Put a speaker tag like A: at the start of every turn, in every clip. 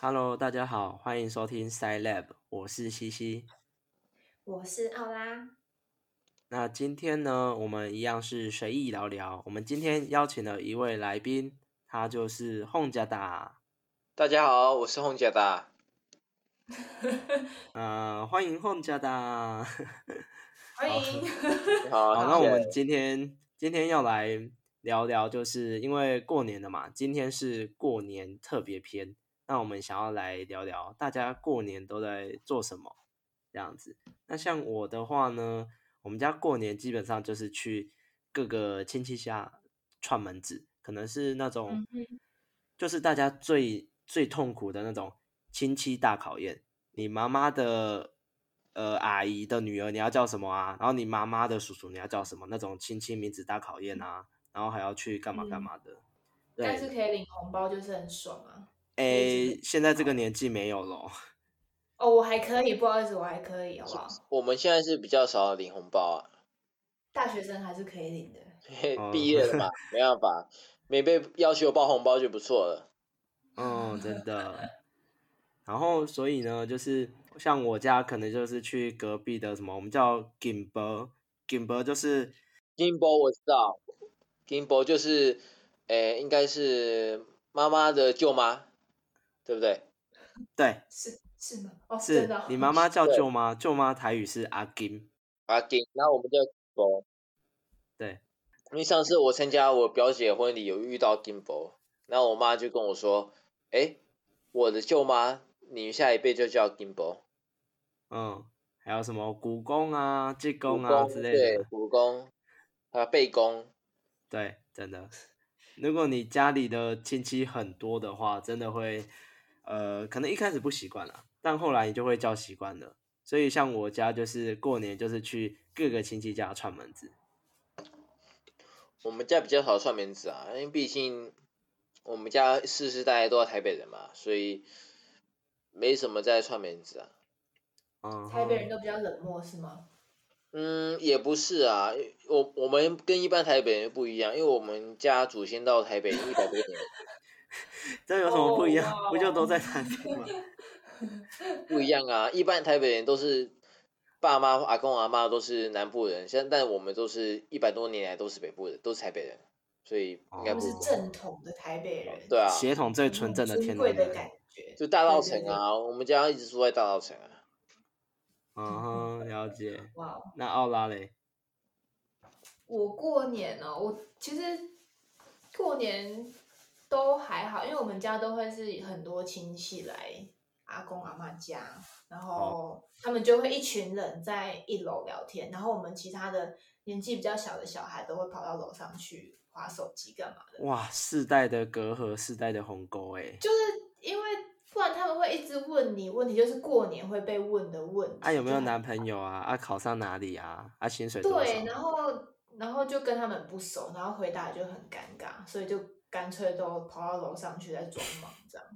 A: Hello，大家好，欢迎收听 Sci Lab，我是西西。
B: 我是奥拉，
A: 那今天呢，我们一样是随意聊聊。我们今天邀请了一位来宾，他就是洪家达。
C: 大家好，我是洪姐达。
A: 呃，欢迎洪家 达。
B: 欢迎。
C: 你好，
A: 好，
C: 谢
A: 那我
C: 谢
A: 们今天今天要来聊聊，就是因为过年了嘛，今天是过年特别篇，那我们想要来聊聊大家过年都在做什么这样子。那像我的话呢，我们家过年基本上就是去各个亲戚家串门子，可能是那种
B: 嗯，哼
A: 就是大家最最痛苦的那种亲戚大考验。你妈妈的呃阿姨的女儿你要叫什么啊？然后你妈妈的叔叔你要叫什么？那种亲戚名字大考验啊，然后还要去干嘛干
B: 嗯
A: 嘛的。
B: 但是
A: 对，
B: 可以领红包，就是很爽啊。以
A: 诶，现在这个年纪没有咯。
B: 哦，我还可以，不好意思，我还可以，好不好？
C: 我们现在是比较少领红包啊，
B: 大学生还是可以领的。
C: 嘿
A: 哦
C: 毕业了 嘛，没办法，没被要求包红包就不错了。
A: 嗯，真的。然后，所以呢，就是像我家可能就是去隔壁的什么，我们叫锦伯，锦伯就是
C: 金箔我知道，金箔就是，诶，应该是妈妈的舅妈，对不对？
A: 对，
B: 是是吗？哦，
A: 是
B: 真的哦、
A: 你妈妈叫
C: 对
A: 舅妈，舅妈台语是阿金，
C: 啊，金，然后我们叫金箔。
A: 对，
C: 因为上次我参加我表姐婚礼有遇到金箔，然后我妈就跟我说，诶，我的舅妈，你下一辈就叫金箔。
A: 嗯，还有什么古公啊、济公
C: 武
A: 啊之类
C: 对
A: 的，，
C: 武功，还有背功，
A: 对，真的。如果你家里的亲戚很多的话，真的会，呃，可能一开始不习惯了，但后来你就会叫习惯了。所以像我家就是过年就是去各个亲戚家串门子，
C: 我们家比较少串门子啊，因为毕竟我们家世世代代都在台北人嘛，所以没什么在串门子啊。
A: 嗯，
B: 台北人都比较冷漠，是吗？
C: 嗯，也不是啊，我我们跟一般台北人不一样，因为我们家祖先到台北一百多年，
A: 这有什么不一样？
B: 哦哇哦
A: 不就都在台 北吗？
C: 不一样啊。一般台北人都是爸妈、阿公、阿妈都是南部人，现但我们都是一百多年来都是北部人，都是台北人，所以应该
B: 他
A: 哦
B: 们
C: 不一
B: 是
C: 样。
B: 正统的台北人，
C: 对啊，
A: 血统最纯正的
B: 那种
A: 天
B: 尊贵
A: 然
B: 的感
A: 人。
B: 觉，
C: 就大稻
B: 对
C: 城。啊，我们家一直住在大稻城啊。
A: 嗯哼，了解。
B: 对对哇哦，
A: 那奥拉嘞？
B: 我过年哦，我其实过年都还好，因为我们家都会是很多亲戚来阿公阿妈家，然
A: 哦
B: 后他们就会一群人在一楼聊天，然后我们其他的年纪比较小的小孩都会跑到楼上去划手机干嘛的，
A: 哇，世代的隔阂，世代的鸿沟，哎，
B: 就是因为不然他们会一直问你问题，就是过年会被问的问题。
A: 啊，有没有
B: 就很
A: 男朋友啊？啊，考上哪里啊？啊，薪水多少？
B: 对，然后然后就跟他们不熟，然后回答就很尴尬，所以就干脆都跑到楼上去再装忙这样。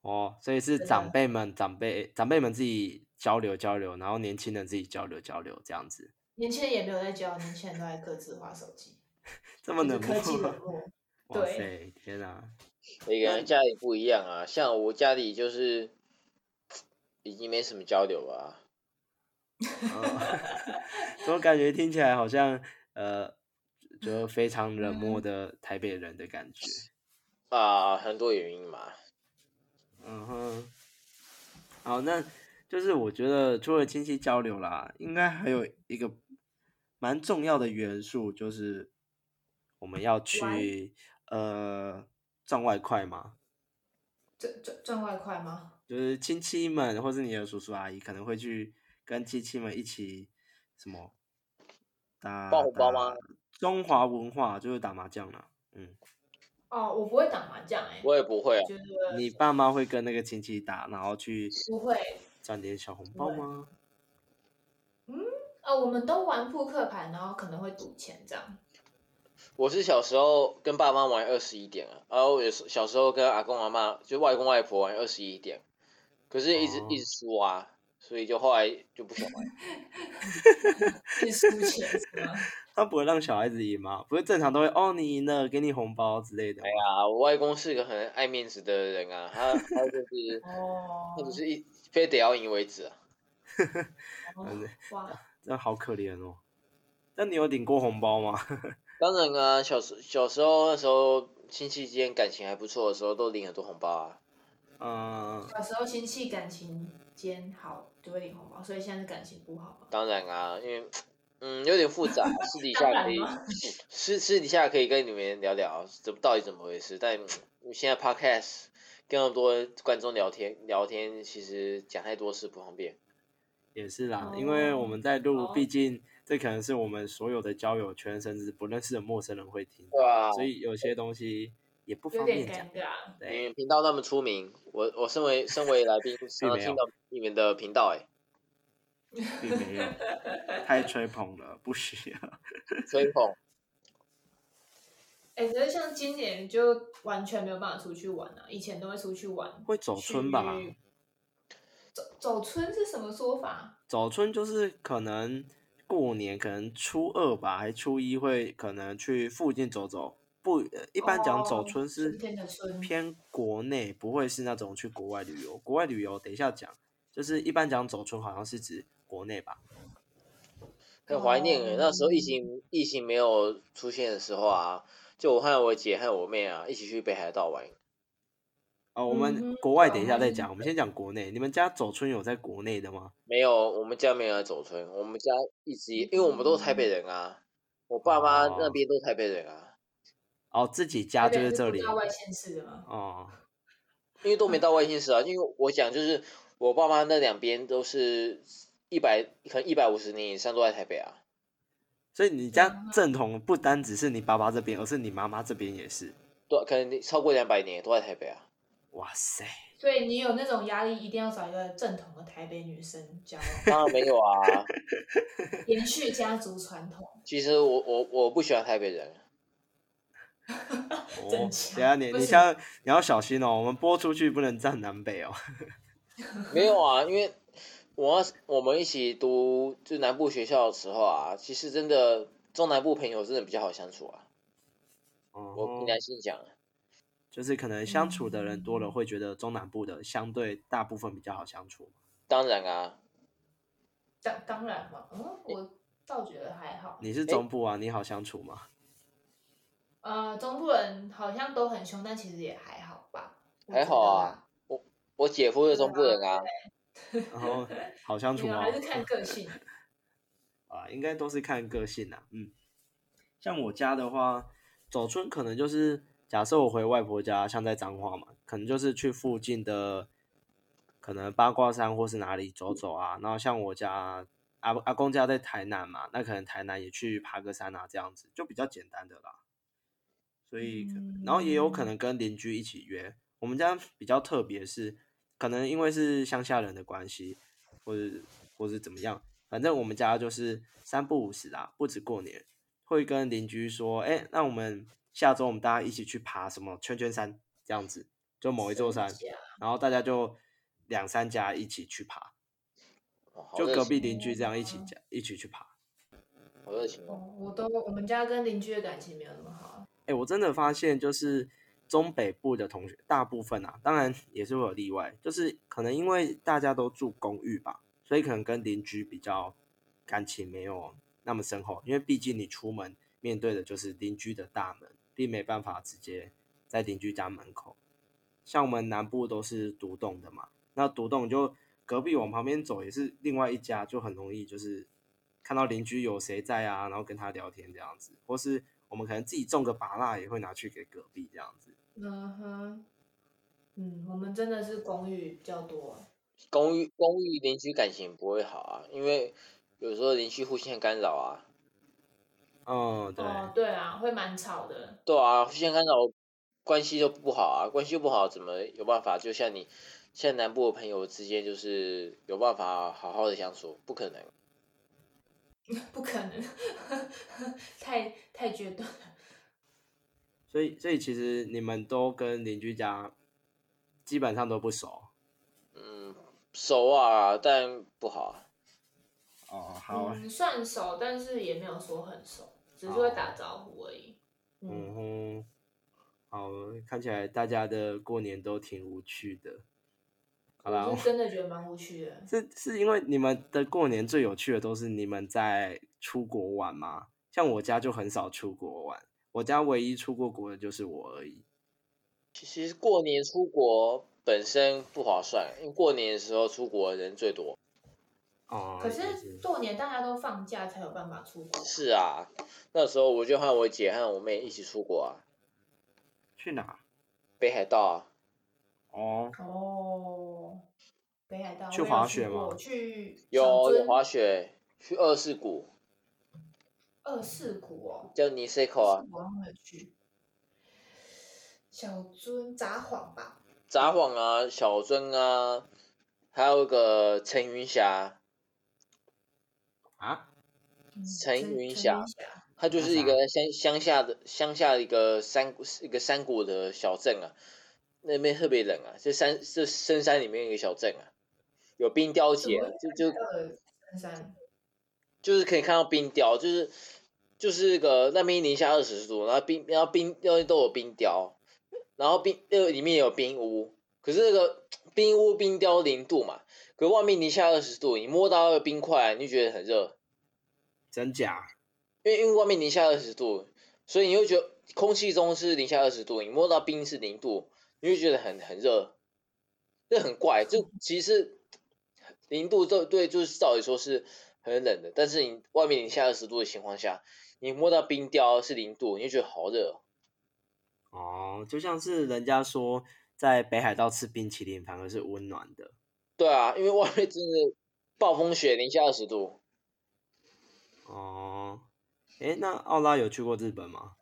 A: 哦，所以是
B: 真的
A: 长辈们、长辈、长辈们自己交流交流，然后年轻人自己交流交流，这样子，
B: 年轻人也没有在教，年轻人都在各自划手机，
A: 这么
B: 就
A: 冷
B: 是
A: 漠
B: 科技 冷漠。
A: 哇
B: 对
A: 塞，天啊！
B: 嗯
C: 每个人家里不一样啊，像我家里就是已经没什么交流了、啊。
A: 呃怎么感觉听起来好像呃，就非常冷
B: 嗯
A: 漠的台北人的感觉。
C: 啊，很多原因嘛，
A: 嗯哼，好，那就是我觉得除了亲戚交流啦，应该还有一个蛮重要的元素，就是我们要去呃赚外快嘛，
B: 赚赚赚外快吗？
A: 就是亲戚们或是你的叔叔阿姨可能会去跟亲戚们一起什么打
C: 包红包吗？
A: 打中华文化就是打麻将啦。嗯，
B: 哦，我不会打麻将哎、
C: 我也不会啊。
B: 觉得
A: 你爸妈会跟那个亲戚打，然后去
B: 不会。
A: 赚点小红包
B: 对
A: 吗？
B: 呃，我们都玩扑克牌，然后可能会赌钱这样。
C: 我是小时候跟爸妈玩二十一点啊，然后我也是小时候跟阿公阿妈，就外公外婆玩二十一点，可是一直、
A: 哦
C: 一直输啊，所以就后来就不想玩。
B: 是输钱是吗？
A: 他不会让小孩子赢吗？不是正常都会哦，你赢了，给你红包之类的吗。
C: 哎呀，我外公是个很爱面子的人啊，他他就是
B: 哦
C: 他，就是一非得要赢为止啊。
B: 哦哇，
A: 真的好可怜哦。那你有领过红包吗？
C: 当然啊，小时小时候那时候亲戚间感情还不错的时候，都领很多红包啊。
A: 嗯，
B: 小时候亲戚感情间好就会领红包，所以现在是感情不好嘛。
C: 当然啊，因为嗯有点复杂，私底下可以
B: 当然啊
C: 私私底下可以跟你们聊聊怎么到底怎么回事，但嗯现在 podcast 跟很多观众聊天聊天，其实讲太多事不方便。
A: 也是啦，
B: 哦
A: 因为我们在录，
B: 好
A: 毕竟这可能是我们所有的交友圈，甚至不认识的陌生人会听，
C: 对啊，
A: 所以有些东西也不
B: 有
A: 方
B: 点
A: 便讲
B: 尴。尬。
C: 你
A: 对，
C: 们频道那么出名，我我身为身为来宾，常常
A: 没有
C: 听到你们的频道、欸，
A: 并没 有太吹捧了，不需要。
C: 吹捧，
B: 哎、可是像今年就完全没有办法出去玩了、啊以前都会出去玩。
A: 会走村吧？
B: 去走走村是什么说法？
A: 走春就是可能过年，可能初二吧，还初一会可能去附近走走。不，呃一般讲走
B: 哦
A: 春是
B: 春天的春
A: 偏国内，不会是那种去国外旅游。国外旅游等一下讲，就是一般讲走春好像是指国内吧。
C: 很怀念、欸
B: 哦
C: 那时候疫情疫情没有出现的时候啊，就我和我姐和我妹啊一起去北海道玩，
A: 哦，我
B: 嗯
A: 们
B: 哼
A: 国外等一下再
B: 懂
A: 讲，我们先讲国内。你们家走春有在国内的吗？
C: 没有，我们家没有在走村，我们家一直因为我们都是台北人啊，我爸妈
A: 哦
C: 那边都是台北人啊，
A: 哦，自己家就
B: 台
A: 是
B: 北
A: 这
B: 不
A: 里
B: 到外县市的吗？
A: 哦。
C: 因为都没到外县市啊，因为我讲就是我爸妈那两边都是一百可能一百五十年以上都在台北啊，
A: 所以你家正统不单只是你爸爸这边，而是你妈妈这边也是。
C: 都可能超过两百年都在台北啊。
A: 哇塞！
B: 所以你有那种压力，一定要找一个正统的台北女生交往，
C: 当然没有啊，
B: 延续家族传统。
C: 其实我我我不喜欢台北人，
A: 哦，
B: 真
A: 等一
B: 假
A: 下你
B: 为
A: 你
B: 什么
A: 像你要小心哦，我们播出去不能站南北哦。
C: 没有啊，因为我我们一起读就南部学校的时候啊，其实真的中南部朋友真的比较好相处啊，我
A: 哦
C: 凭，良心讲啊。
A: 就是可能相处的人
B: 嗯
A: 多了，会觉得中南部的相对大部分比较好相处。
C: 当然啊，
B: 当当然嘛，嗯，我倒觉得还好。
A: 你是中部啊，你好相处吗？
B: 呃，中部人好像都很凶，但其实也还好吧。我觉
C: 还
B: 得
C: 好
B: 啦
C: 啊，我姐夫是中部人啊，
A: 然后好相处哦
B: 没有
A: 吗？
B: 还是看个性。
A: 啊，应该都是看个性啦。嗯，像我家的话，走村可能就是假设我回外婆家，像在彰化嘛，可能就是去附近的，可能八卦山或是哪里走走啊。然后像我家阿阿公家在台南嘛，那可能台南也去爬个山啊，这样子就比较简单的啦。所以可，然后也有可能跟邻居一起约。我们家比较特别是，可能因为是乡下人的关系，或者或是怎么样，反正我们家就是三不五时啊啦，不止过年会跟邻居说，哎、那我们下周我们大家一起去爬什么圈圈山这样子，就 某一座山，
B: 真假
A: 然后大家就两三家一起去爬，
C: 哦嗯好
A: 就
C: 热
A: 隔
C: 情
A: 壁邻居这样一起家一起去爬。
C: 好热情哦。
B: 哦，我都我们家跟邻居的感情没有那么好啊。
A: 哎、我真的发现，就是中北部的同学，大部分啊，当然也是会有例外，就是可能因为大家都住公寓吧，所以可能跟邻居比较感情没有那么深厚，因为毕竟你出门面对的就是邻居的大门，并没办法直接在邻居家门口。像我们南部都是独栋的嘛，那独栋就隔壁往旁边走也是另外一家，就很容易就是看到邻居有谁在啊，然后跟他聊天这样子，或是我们可能自己种个芭蜡也会拿去给隔壁这样子。
B: 嗯哼，嗯，我们真的是公寓比较多啊。
C: 公寓公寓邻居感情不会好啊，因为有时候邻居互相干扰啊。
A: 嗯，对，
B: 哦，对啊，会蛮吵的。
C: 对啊，互相干扰关系就不好啊，关系不好怎么有办法？就像你像南部的朋友之间，就是有办法好好的相处，不可能。
B: 不可能， 太太绝对了。
A: 所以所以其实你们都跟邻居家基本上都不熟。
C: 嗯，熟啊，但不好啊。
A: 哦，好，
B: 啊嗯嗯，算熟，但是也没有说很熟。只是会打招呼而已。
A: 啊
B: 嗯，
A: 嗯哼，好，看起来大家的过年都挺无趣的。好啊啦，
B: 我是真的觉得蛮无趣的。
A: 是是因为你们的过年最有趣的都是你们在出国玩吗？像我家就很少出国玩，我家唯一出过国的就是我而已。
C: 其其实过年出国本身不划算，因为过年的时候出国人最多。
A: 哦，
B: 可
A: 也
B: 是过年大家都放假才有办法出国，
C: 是啊，那时候我就和我姐和我妹一起出国啊，
A: 去哪？
C: 北海道啊，
A: 哦，
B: 哦，北海道
A: 去
B: 我有
A: 滑雪
B: 过
A: 吗
B: 去
C: 有有
B: 小樽
C: 滑雪，去二世谷，
B: 二世谷哦，
C: 叫尼塞口啊，
B: 我没有去。小樽札幌吧，
C: 札幌啊，小樽啊，还有一个陈云峡，
A: 啊，
B: 嗯
C: 陈云
B: 霞
C: 霞，它就是一个乡乡下的乡下的一个山谷一个山谷的小镇啊，那边特别冷啊，这山这深山里面有一个小镇啊，有冰雕节，就就
B: 呃，深山，
C: 就是可以看到冰雕，就是就是那个那边零下二十度，然后冰然后冰那边都有冰雕，然后冰那个里面也有冰屋，可是那个冰屋冰雕零度嘛，可是外面零下二十度，你摸到那个冰块你就觉得很热，
A: 真假？
C: 因为因为外面零下二十度，所以你会觉得空气中是零下二十度，你摸到冰是零度，你会觉得很很热，这很怪。就其实零度这对就是照理说是很冷的，但是你外面零下二十度的情况下，你摸到冰雕是零度，你就觉得好热哦。
A: 哦，就像是人家说在北海道吃冰淇淋反而是温暖的。
C: 对啊，因为外面真的暴风雪，零下二十度，
A: 哦，诶，那奥拉有去过日本吗？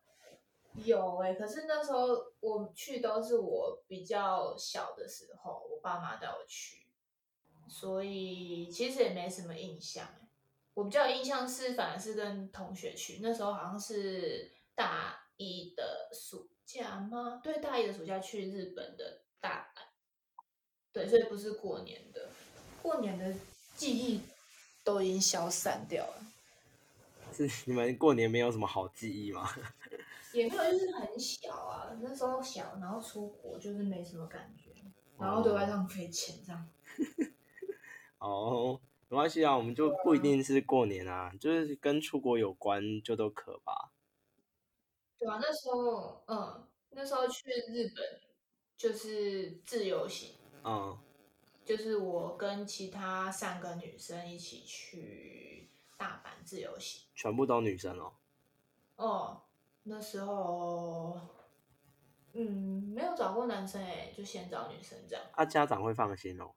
B: 有哎、可是那时候我去都是我比较小的时候，我爸妈带我去，所以其实也没什么印象、欸。我比较有印象是，反而是跟同学去，那时候好像是大一的暑假吗？对，大一的暑假去日本的大阪，对，所以不是过年的，过年的记忆都已经消散掉了。
A: 是 你们过年没有什么好记忆吗？
B: 也没有，就是很小啊，那时候小，然后出国就是没什么感觉，然后对外浪费钱这样。
A: 哦，没关系啊，我们就不一定是过年啊，就是跟出国有关就都可吧。
B: 对啊，那时候，嗯，那时候去日本就是自由行，
A: 嗯，
B: 就是我跟其他三个女生一起去大阪自由行。
A: 全部都女生哦。
B: 哦，那时候，嗯，没有找过男生哎、就先找女生这样。
A: 啊，家长会放心哦。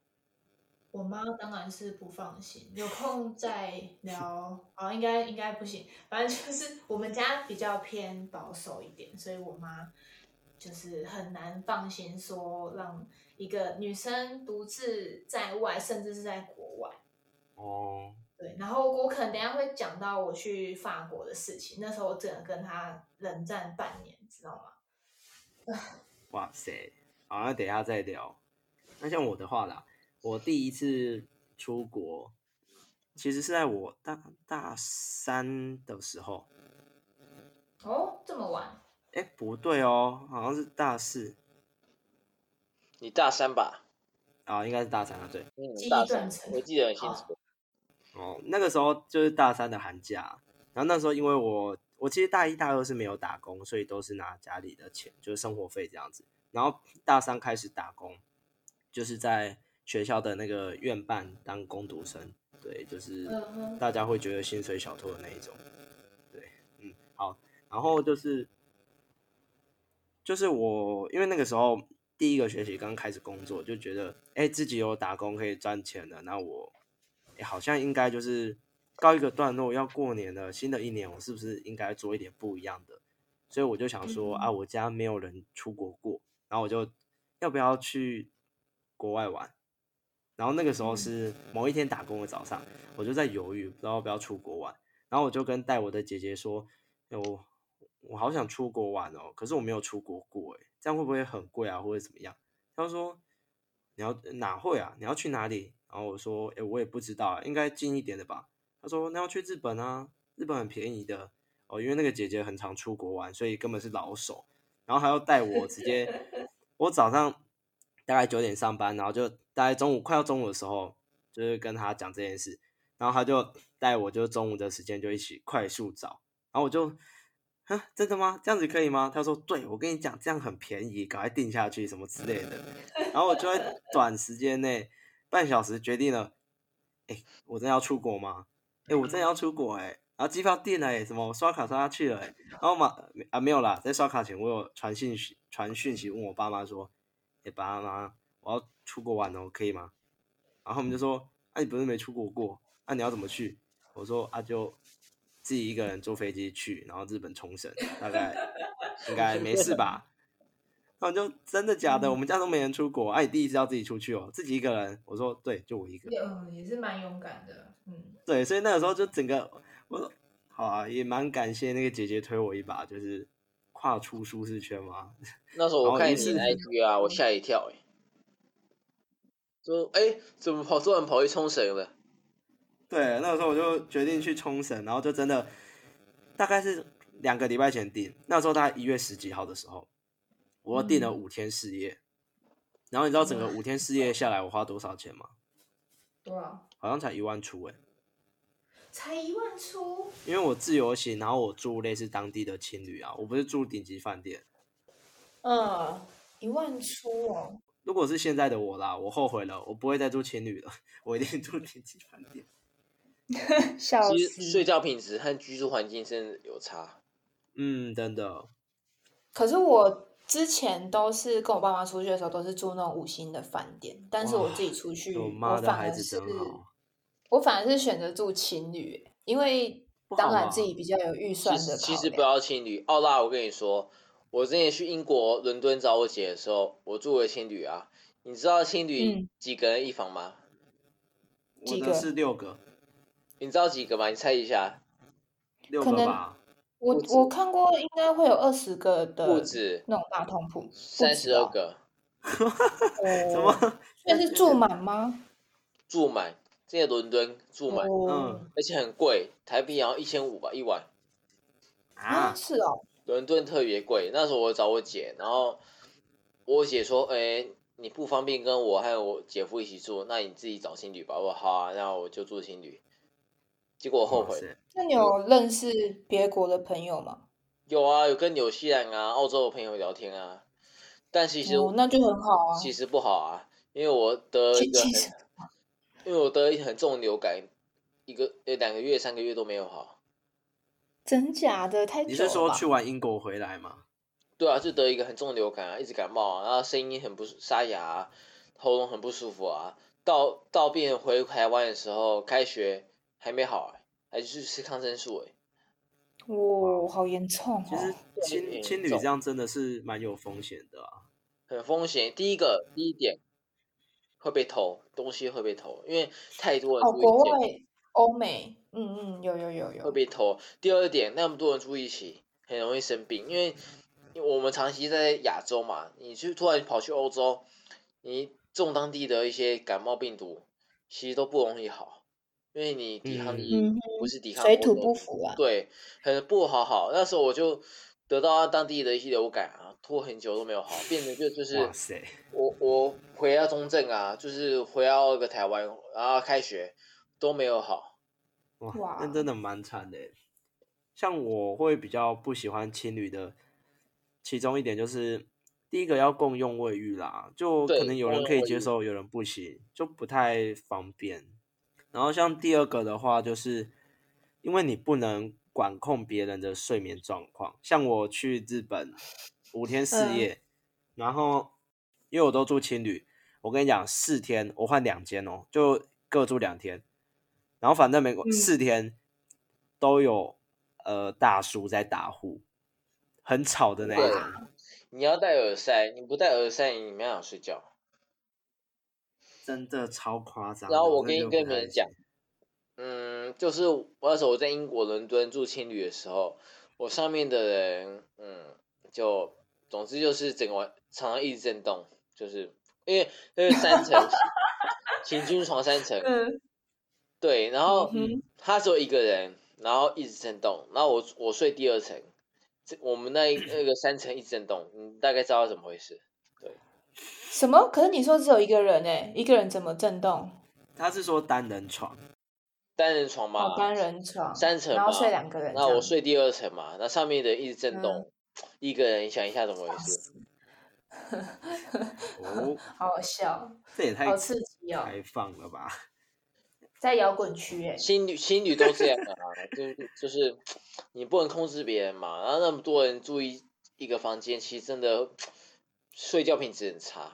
B: 我妈当然是不放心，有空再聊。哦，应该应该不行，反正就是我们家比较偏保守一点，所以我妈就是很难放心说让一个女生独自在外，甚至是在国外。
A: 哦，
B: 对，然后我可能等一下会讲到我去法国的事情，那时候我整个跟她冷战半年，知道吗？
A: 哇塞，好，那等一下再聊。那像我的话啦，我第一次出国，其实是在我大大三的时候。
B: 哦，这么晚，
A: 哎，不对哦，好像是大四
C: 你大三吧？
A: 啊，应该是大三啊，对。
C: 嗯
B: 记忆，
C: 大
B: 断
C: 三
B: 层，
C: 我记得很清
B: 好
C: 楚。
A: 哦，那个时候就是大三的寒假，然后那时候因为我我其实大一大二是没有打工，所以都是拿家里的钱，就是生活费这样子。然后大三开始打工，就是在学校的那个院办当工读生，对，就是
B: 嗯哼，
A: 大家会觉得薪水小偷的那一种。对，嗯，好，然后就是就是我因为那个时候第一个学期刚开始工作，就觉得哎、自己有打工可以赚钱了，那我、哎好像应该就是告一个段落，要过年了，新的一年我是不是应该做一点不一样的？所以我就想说啊，
B: 嗯
A: 我家没有人出国过，然后我就要不要去国外玩？然后那个时候
B: 嗯
A: 是某一天打工的早上，我就在犹豫，不知道要不要出国玩。然后我就跟带我的姐姐说：“哎我我好想出国玩哦，可是我没有出国过，哎，这样会不会很贵啊，或者怎么样？”她就说：“你要哪会啊？你要去哪里？”然后我说：“哎，我也不知道啊，应该近一点的吧。”她说：“那要去日本啊，日本很便宜的。”哦，因为那个姐姐很常出国玩，所以根本是老手。然后她又带我直接，我早上大概九点上班，然后就大概中午快要中午的时候，就是跟她讲这件事，然后她就带我就中午的时间就一起快速找，然后我就。啊，真的吗？这样子可以吗？她说：“对，我跟你讲，这样很便宜，赶快定下去什么之类的。”然后我就在短时间内半小时决定了，哎、我真的要出国吗？哎、我真的要出国哎、然后机票订了哎、什么我刷卡刷下去了哎、然后嘛啊没有啦，在刷卡前我有传信息传讯息问我爸妈说，哎、爸妈，我要出国玩哦，可以吗？然后他们就说，啊你不是没出国过，那、你要怎么去？我说啊就自己一个人坐飞机去，然后日本冲绳，大概应该没事吧？ 然后就真的假的？我们家都没人出国，哎、啊，你第一次要自己出去哦，自己一个人。我说对，就我一个。
D: 嗯，也是蛮勇敢的，嗯，
A: 对，所以那个时候就整个我说好啊，也蛮感谢那个姐姐推我一把，就是跨出舒适圈嘛。
C: 那时候
A: 然
C: 我
A: 后
C: 看
A: 于
C: 你
A: 是
C: 的 IG 啊，
A: 嗯
C: 我吓一跳哎、欸，说哎、欸怎么跑突然跑去冲绳了？
A: 对，那个时候我就决定去冲绳，然后就真的大概是两个礼拜前订，那时候大概一月十几号的时候，我订了
D: 嗯
A: 五天四夜。然后你知道整个五天四夜下来我花多少钱吗？
D: 多少？
A: 好像才一万出哎、
D: 才一万出，
A: 因为我自由行，然后我住类似当地的青旅啊，我不是住顶级饭店。
D: 嗯，一万出哦，
A: 如果是现在的我啦，我后悔了，我不会再住青旅了，我一定住顶级饭店。
D: 笑
C: 其实睡觉品质和居住环境真的有差。
A: 嗯，真的，
D: 可是我之前都是跟我爸妈出去的时候，都是住那种五星的饭店，但是我
A: 哇
D: 自己出去，
A: 我
D: 我
A: 妈的
D: 反
A: 孩
D: 而
A: 子
D: 是
A: 真好。
D: 我反而是选择住情侣，因为
A: 不好
D: 当然
A: 吗
D: 自己比较有预算
C: 其
D: 的考
C: 实啊其实不
D: 量。
C: 要青旅，奥拉，我跟你说，我之前去英国伦敦找我姐的时候，我住了青旅啊。你知道青旅
D: 嗯
C: 几个人一房吗？
A: 我
D: 几
A: 的
D: 个
A: 是六个，
C: 你知道几个吗？你猜一下，
A: 六
D: 可
A: 个
D: 能
A: 吧，
D: 我
C: 不止
D: 我看过，应该会有二十个的
C: 不止
D: 那种大通铺，
C: 三十二个
A: 什
D: 什？
A: 么？
D: 那哦是住满吗？
C: 住满，这些伦敦住满，嗯
D: 哦
C: 而且很贵，台币好像一千五吧一晚。
D: 啊，
A: 啊，
D: 是哦，
C: 伦敦特别贵。那时候我找我姐，然后我姐说：“哎、你不方便跟我和我姐夫一起住，那你自己找情侣吧。”我说：“好啊，那我就住情侣。”结果我后
A: 哇
C: 悔。
A: 塞
D: 那你有认识别国的朋友吗？
C: 有啊，有跟纽西兰啊、澳洲的朋友聊天啊，但其实、
D: 哦，那就很好啊。
C: 其实不好啊，因为我得了一个
D: 其
C: 很
D: 实，
C: 因为我得了一个很重的流感，一个呃两个月、三个月都没有好。
D: 真假的太
A: 你
D: 久
A: 是
D: 了
A: 说
D: 吧
A: 去完英国回来吗？
C: 对啊，就得一个很重的流感啊，一直感冒啊，然后声音很不沙哑、啊，喉咙很不舒服啊。到到病人回台湾的时候，开学还没好、欸，还去吃抗生素、欸，
D: 哦，好严重
A: 其实
D: 哦。
A: 青
C: 对
A: 青旅
C: 走
A: 这样真的是蛮有风险的啊。
C: 很风险。第一个第一点会被偷东西会被偷，因为太多人
D: 哦，
C: 住
D: 国
C: 一间、
D: 外欧美，嗯嗯，有有有
C: 会
D: 有，
C: 被偷。第二点，那么多人住一起，很容易生病，因为因为我们长期在亚洲嘛，你去突然跑去欧洲，你中当地的一些感冒病毒，其实都不容易好，因为你抵抗力
D: 嗯嗯
C: 不是抵抗
D: 水
C: 欧
D: 土
C: 洲
D: 不服啊。
C: 对，很不好好。那时候我就得到当地的一些流感啊，拖很久都没有好，变成就就是
A: 哇塞，
C: 我我回到中正啊，就是回到一个台湾，然后开学都没有好。
A: 哇
D: 哇，
A: 那真的蛮惨的欸。像我会比较不喜欢青旅的，其中一点就是第一个要共用卫浴啦，就
C: 对
A: 可能有
C: 共
A: 人
C: 用
A: 可以
C: 卫
A: 接
C: 浴
A: 受，有人不行，就不太方便。然后像第二个的话，就是因为你不能管控别人的睡眠状况。像我去日本五天四
D: 嗯
A: 夜，然后因为我都住青旅，我跟你讲，四天我换两间哦，就各住两天，然后反正每个
D: 嗯
A: 四天都有呃大叔在打呼，很吵的那一
C: 啊
A: 种。
C: 你要戴耳塞，你不戴耳塞，你没办法睡觉。
A: 真的超夸张的。
C: 然后我
A: 真的
C: 跟
A: 就
C: 跟
A: 不
C: 你
A: 太
C: 们讲
A: 行，
C: 嗯，就是我那时候我在英国伦敦住青旅的时候，我上面的人，嗯，就总之就是整个晚常常一直震动，就是因为因为三层行军床三层，
D: 嗯
C: 对，然后
D: 嗯哼
C: 他只有一个人，然后一直震动。然后我我睡第二层，这我们那一那个三层一直震动，你大概知道怎么回事。
B: 什么？可是你说只有一个人哎、一个人怎么震动？
A: 他是说单人床，
C: 单人床
B: 哦，
C: 嘛，
B: 单人床，
C: 三层
B: 然后
C: 嘛
B: 睡两个人这
C: 那
B: 样，
C: 我睡第二层嘛，那上面的一直震
B: 嗯
C: 动，一个人想一下怎么回事？
A: 哦，
B: 好好笑，
A: 这 也太
B: 好刺激哦，
A: 开放了吧？
B: 在摇滚区哎、
C: 情侣情侣都这样的啊，就就是你不能控制别人嘛，然后那么多人住一一个房间，其实真的睡觉品质很差。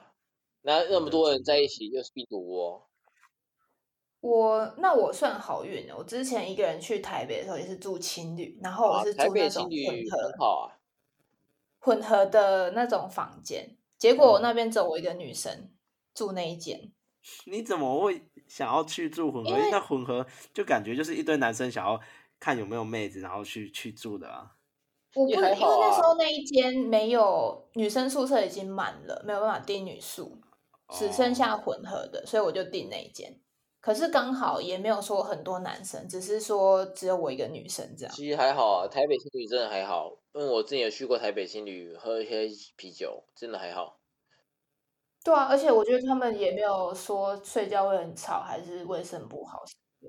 C: 那那么多人在一起又是病毒哦窝，
B: 我那我算好运的，我之前一个人去台北的时候也是住青旅，然哦后我
C: 啊
B: 是
C: 台
B: 住
C: 北
B: 那
C: 情
B: 种
C: 侣
B: 混合
C: 很好啊，
B: 混合的那种房间，结果
C: 嗯
B: 我那边只有我一个女生住那一间，
A: 你怎么会想要去住混合？因为那混合就感觉就是一堆男生想要看有没有妹子，然后去去住的啊。
B: 我不
C: 也
B: 因为
C: 还好
B: 那时
C: 啊
B: 候那一间没有女生宿舍已经满了，没有办法订女宿，只剩
C: 哦
B: 下混合的，所以我就订那一间。可是刚好也没有说很多男生，只是说只有我一个女生这样。
C: 其实还好啊，台北情侣真的还好，因为我之前有去过台北情侣喝一些啤酒，真的还好。
B: 对啊，而且我觉得他们也没有说睡觉会很吵，还是卫生不好。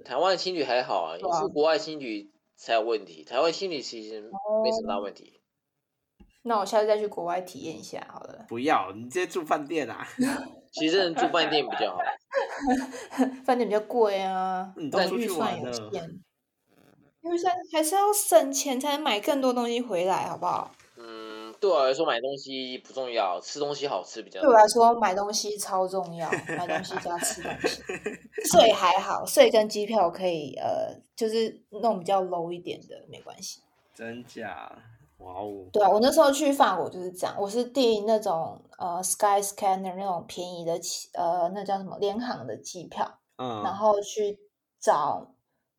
C: 台湾的情侣还好啊，你
B: 对啊
C: 去国外情侣才有问题，台湾情侣其实没什么大问题。
B: 那我下次再去国外体验一下好了，
A: 不要，你直接住饭店啊！
C: 其实真的住饭店比较好，
B: 饭店比较贵啊，
A: 你都
B: 我
A: 出
B: 预
A: 去
B: 算
A: 玩
B: 有
A: 了，
B: 限，预算还是要省钱才能买更多东西回来，好不好？
C: 嗯，对我来说买东西不重要，吃东西好吃比较
B: 对。我啊来说，买东西超重要，买东西加吃东 西。税还好，税跟机票可以呃，就是弄比较 low 一点的，没关系。
A: 真假？哇哦，
B: 对啊，我那时候去法国就是这样，我是订那种呃 Sky Scanner 那种便宜的起呃，那叫什么联航的机票，然
A: 嗯，
B: 后去找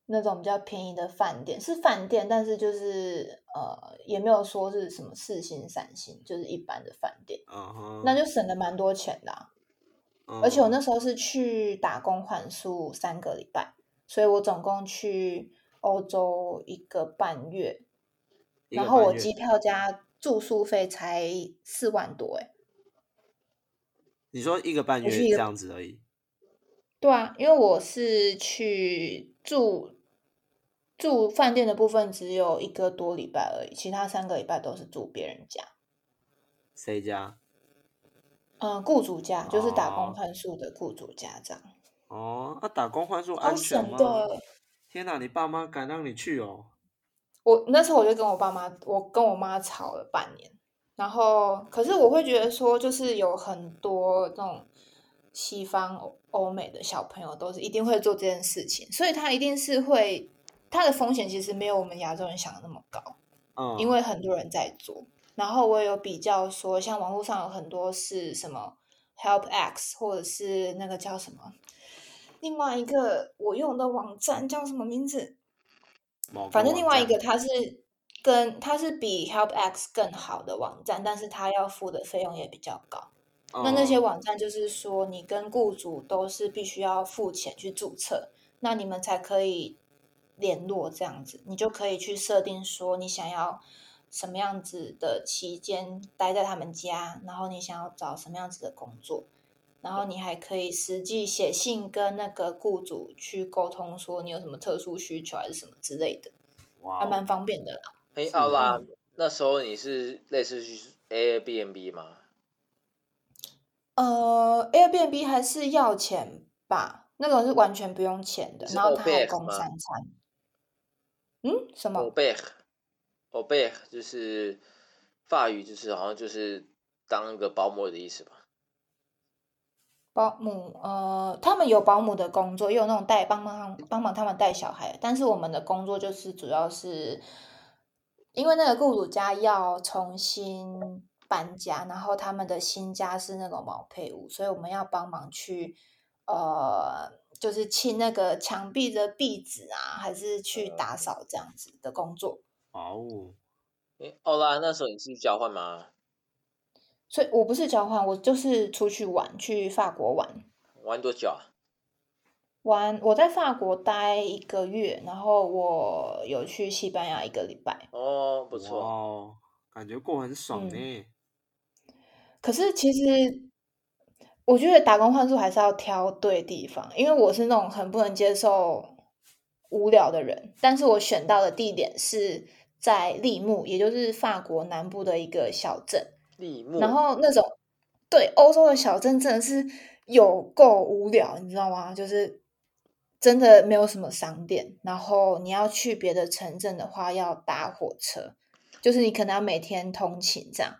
B: 那种比较便宜的饭店，是饭店，但是就是呃，也没有说是什么四星、三星，就是一般的饭店，
A: 嗯哼，
B: 那就省了蛮多钱的啊、
A: 嗯
B: 而且我那时候是去打工换宿三个礼拜，所以我总共去欧洲一个半月，
A: 一
B: 然
A: 个
B: 后
A: 半
B: 我
A: 月
B: 机票加住宿费才四万多，哎，
A: 你说一个半
B: 我
A: 月
B: 去一个
A: 这样子而已，
B: 对啊，因为我是去住住饭店的部分只有一个多礼拜而已，其他三个礼拜都是住别人家，
A: 谁家？
B: 嗯，雇主家就是打
A: 哦
B: 工换宿的雇主家这样，
A: 哦，那、打工换宿
B: 超
A: 安全
B: 省
A: 吗？
B: 的。
A: 天哪，你爸妈敢让你去哦？
B: 我那时候我就跟我爸妈，我跟我妈吵了半年，然后可是我会觉得说，就是有很多那种西方欧欧美的小朋友都是一定会做这件事情，所以他一定是会，他的风险其实没有我们亚洲人想的那么高，
A: 嗯，
B: 因为很多人在做。然后我也有比较说，像网络上有很多是什么 Help X，或者是那个叫什么，另外一个我用的网站叫什么名字？
A: 某
B: 反正另
A: 网
B: 外一
A: 站
B: 个它是跟它是比 HelpX 更好的网站，但是它要付的费用也比较高。那那些
A: 哦
B: 网站就是说，你跟雇主都是必须要付钱去注册，那你们才可以联络这样子，你就可以去设定说你想要。什么样子的期间待在他们家，然后你想要找什么样子的工作，然后你还可以实际写信跟那个雇主去沟通，说你有什么特殊需求还是什么之类的。
A: 哇
B: 还
A: 哦，
B: 蛮方便的啦。
C: 哎，
A: 是
C: 奥拉
B: 的，
C: 那时候你是类似去 Airbnb 吗？
B: 呃，Airbnb 还是要钱吧？那种是完全不用钱的，
C: 是
B: 然后它还
C: Obex
B: 供
C: 吗
B: 三餐。嗯，什么
C: o？b e r o b e r 就是法语，就是好像就是当一个保姆的意思吧？
B: 保姆，呃，他们有保姆的工作，也有那种带帮帮他们帮忙他们带小孩，但是我们的工作就是主要是，因为那个雇主家要重新搬家，然后他们的新家是那种毛坯屋，所以我们要帮忙去，呃，就是清那个墙壁的壁纸啊，还是去打扫这样子的工作。
A: 哇哦，
C: 哎，奥拉那时候你是去交换吗？
B: 所以我不是交换，我就是出去玩，去法国玩。
C: 玩多久啊？
B: 玩，我在法国待一个月，然后我有去西班牙一个礼拜。
C: 哦，不
A: 哇
C: 错，
A: 哦，感觉过很爽
B: 嗯
A: 呢、
B: 可是其实我觉得打工换宿还是要挑对地方，因为我是那种很不能接受无聊的人，但是我选到的地点是在利木，也就是法国南部的一个小镇。
C: 立木，
B: 然后那种对欧洲的小镇真的是有够无聊，你知道吗？就是真的没有什么商店，然后你要去别的城镇的话，要搭火车，就是你可能要每天通勤这样，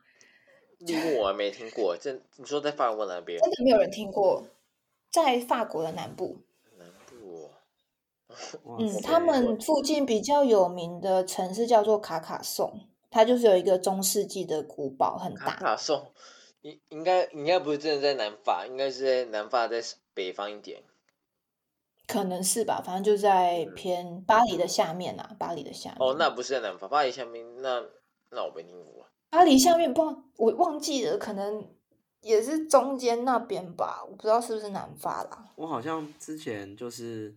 C: 立木我还没听过，这你说在法国哪边？
B: 真的没有人听过。在法国的南部，
C: 南部哦，
A: 哇
B: 嗯，
A: 塞
B: 他们
C: 我
B: 附近比较有名的城市叫做卡卡颂，它就是有一个中世纪的古堡，很
C: 卡
B: 大。
C: 卡颂，应应该应该不是真的在南法，应该是在南法在北方一点。
B: 可能是吧，反正就在
C: 嗯
B: 偏巴黎的下面啊，巴黎的下面。
C: 哦，那不是在南法，巴黎下面那那我没听过。
B: 巴黎下面不知道，我忘记了，可能也是中间那边吧，我不知道是不是南法啦。
A: 我好像之前就是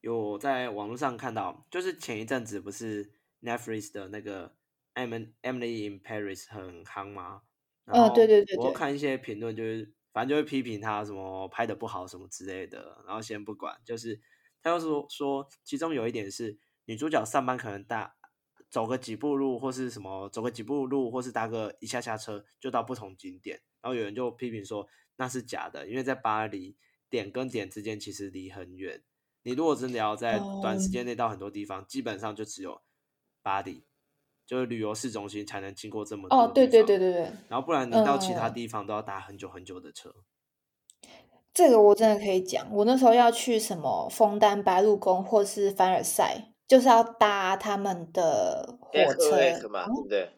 A: 有在网络上看到，就是前一阵子不是 Netflix 的那个《Em- Emily in Paris》很夯吗？然
B: 嗯
A: 后
B: 对对对
A: 我
B: 对
A: 看一些评论，就是反正就会批评他什么拍的不好什么之类的，然后先不管，就是他又说说其中有一点是女主角上班可能搭走个几步路或是什么走个几步路或是搭个一下下车就到不同景点，然后有人就批评说那是假的，因为在巴黎点跟点之间其实离很远，你如果真的要在短时
B: 哦
A: 间内到很多地方，基本上就只有巴黎，就是旅游市中心才能经过这么多
B: 哦，对对对
A: 对，
B: 对对，
A: 然后不然你到其他
B: 嗯
A: 地方都要搭很久很久的车。
B: 这个我真的可以讲。我那时候要去什么枫丹白露宫或是凡尔赛，就是要搭他们的
C: 该
B: 火
C: 克
B: 车，嗯
C: 雷克嘛，对不对？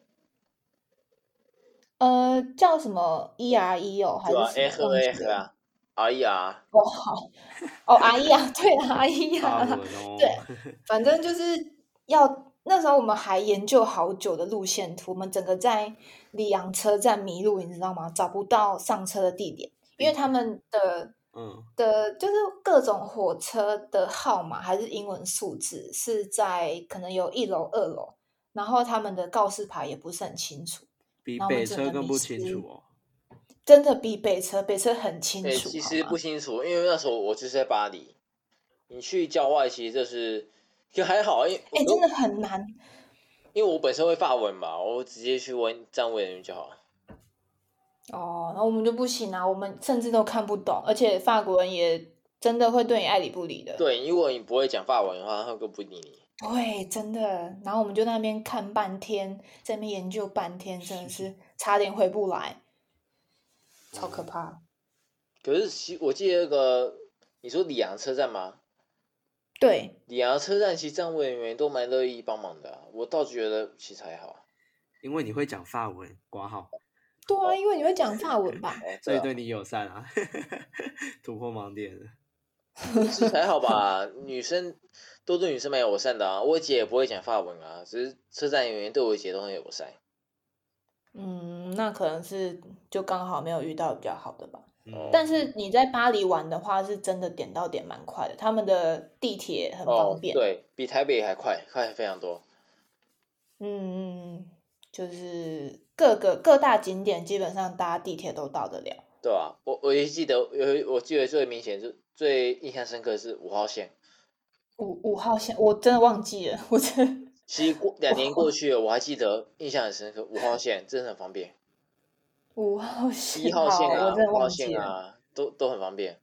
B: 呃，叫什么 E R E 哦，还
C: 对啊
B: 是
C: ，A
B: 什么？
C: 和
B: 忘
C: A
B: 记
C: 和
B: 了。
C: 啊，R E R，
B: 哦，好，哦，阿姨啊， 对啊，阿姨
A: 法
B: 啊
A: 文，哦，
B: 对反正就是要那时候我们还研究好久的路线图，我们整个在里昂车站迷路，你知道吗？找不到上车的地点，因
C: 嗯
B: 为他们的
A: 嗯，
B: 的就是各种火车的号码还是英文数字，是在可能有一楼、二楼，然后他们的告示牌也不是很清楚，
A: 比
B: 那我们
A: 北
B: 只
A: 车
B: 能
A: 更
B: 迷
A: 不清
B: 失
A: 楚哦。
B: 真的比北车北车很清
C: 对，
B: 楚，
C: 哎其
B: 好
C: 实
B: 吗
C: 不清楚，因为那时候我就是在巴黎，你去郊外其实就是就还好，因为
B: 哎、真的很难。
C: 因为我本身会法文嘛，我直接去问站位人员就好了。
B: 哦，那我们就不行啊，我们甚至都看不懂，而且法国人也真的会对你爱理不理的。
C: 对，如果你不会讲法文的话，他们更不理你。
B: 对，真的。然后我们就在那边看半天，在那边研究半天，真的是差点回不来，超可怕。
C: 可是其我记得那个你说里昂车站吗？
B: 对，
C: 里昂车站其实站务人员都蛮乐意帮忙的啊、我倒觉得其实还好。啊
A: 因为你会讲法文，挂号，
B: 对啊，因为你会讲法文吧？
C: 哎、
A: 所
C: 对
A: 以
C: 啊
A: 对你友善啊， 突破盲点了。
C: 其实还好吧，女生都对女生蛮友善的啊。我姐也不会讲法文啊，只是车站人员对我姐都很友善。
B: 嗯，那可能是就刚好没有遇到比较好的吧。
A: 嗯
B: 但是你在巴黎玩的话，是真的点到点蛮快的，他们的地铁很方便。
C: 哦对比台北还快，快非常多。
B: 嗯，嗯，就是各个各大景点基本上搭地铁都到得了。
C: 对啊，我我也记得有一，我记得最明显是最印象深刻的是五号线。
B: 五五号线我真的忘记了，我真的
C: 其实过两年过去了，我还记得印象很深刻，五号线真的很方便，
B: 五号线，
C: 一号线
B: 好
C: 啊，
B: 我真的
C: 五号
B: 忘记
C: 线
B: 了。
C: 啊，都都很方便。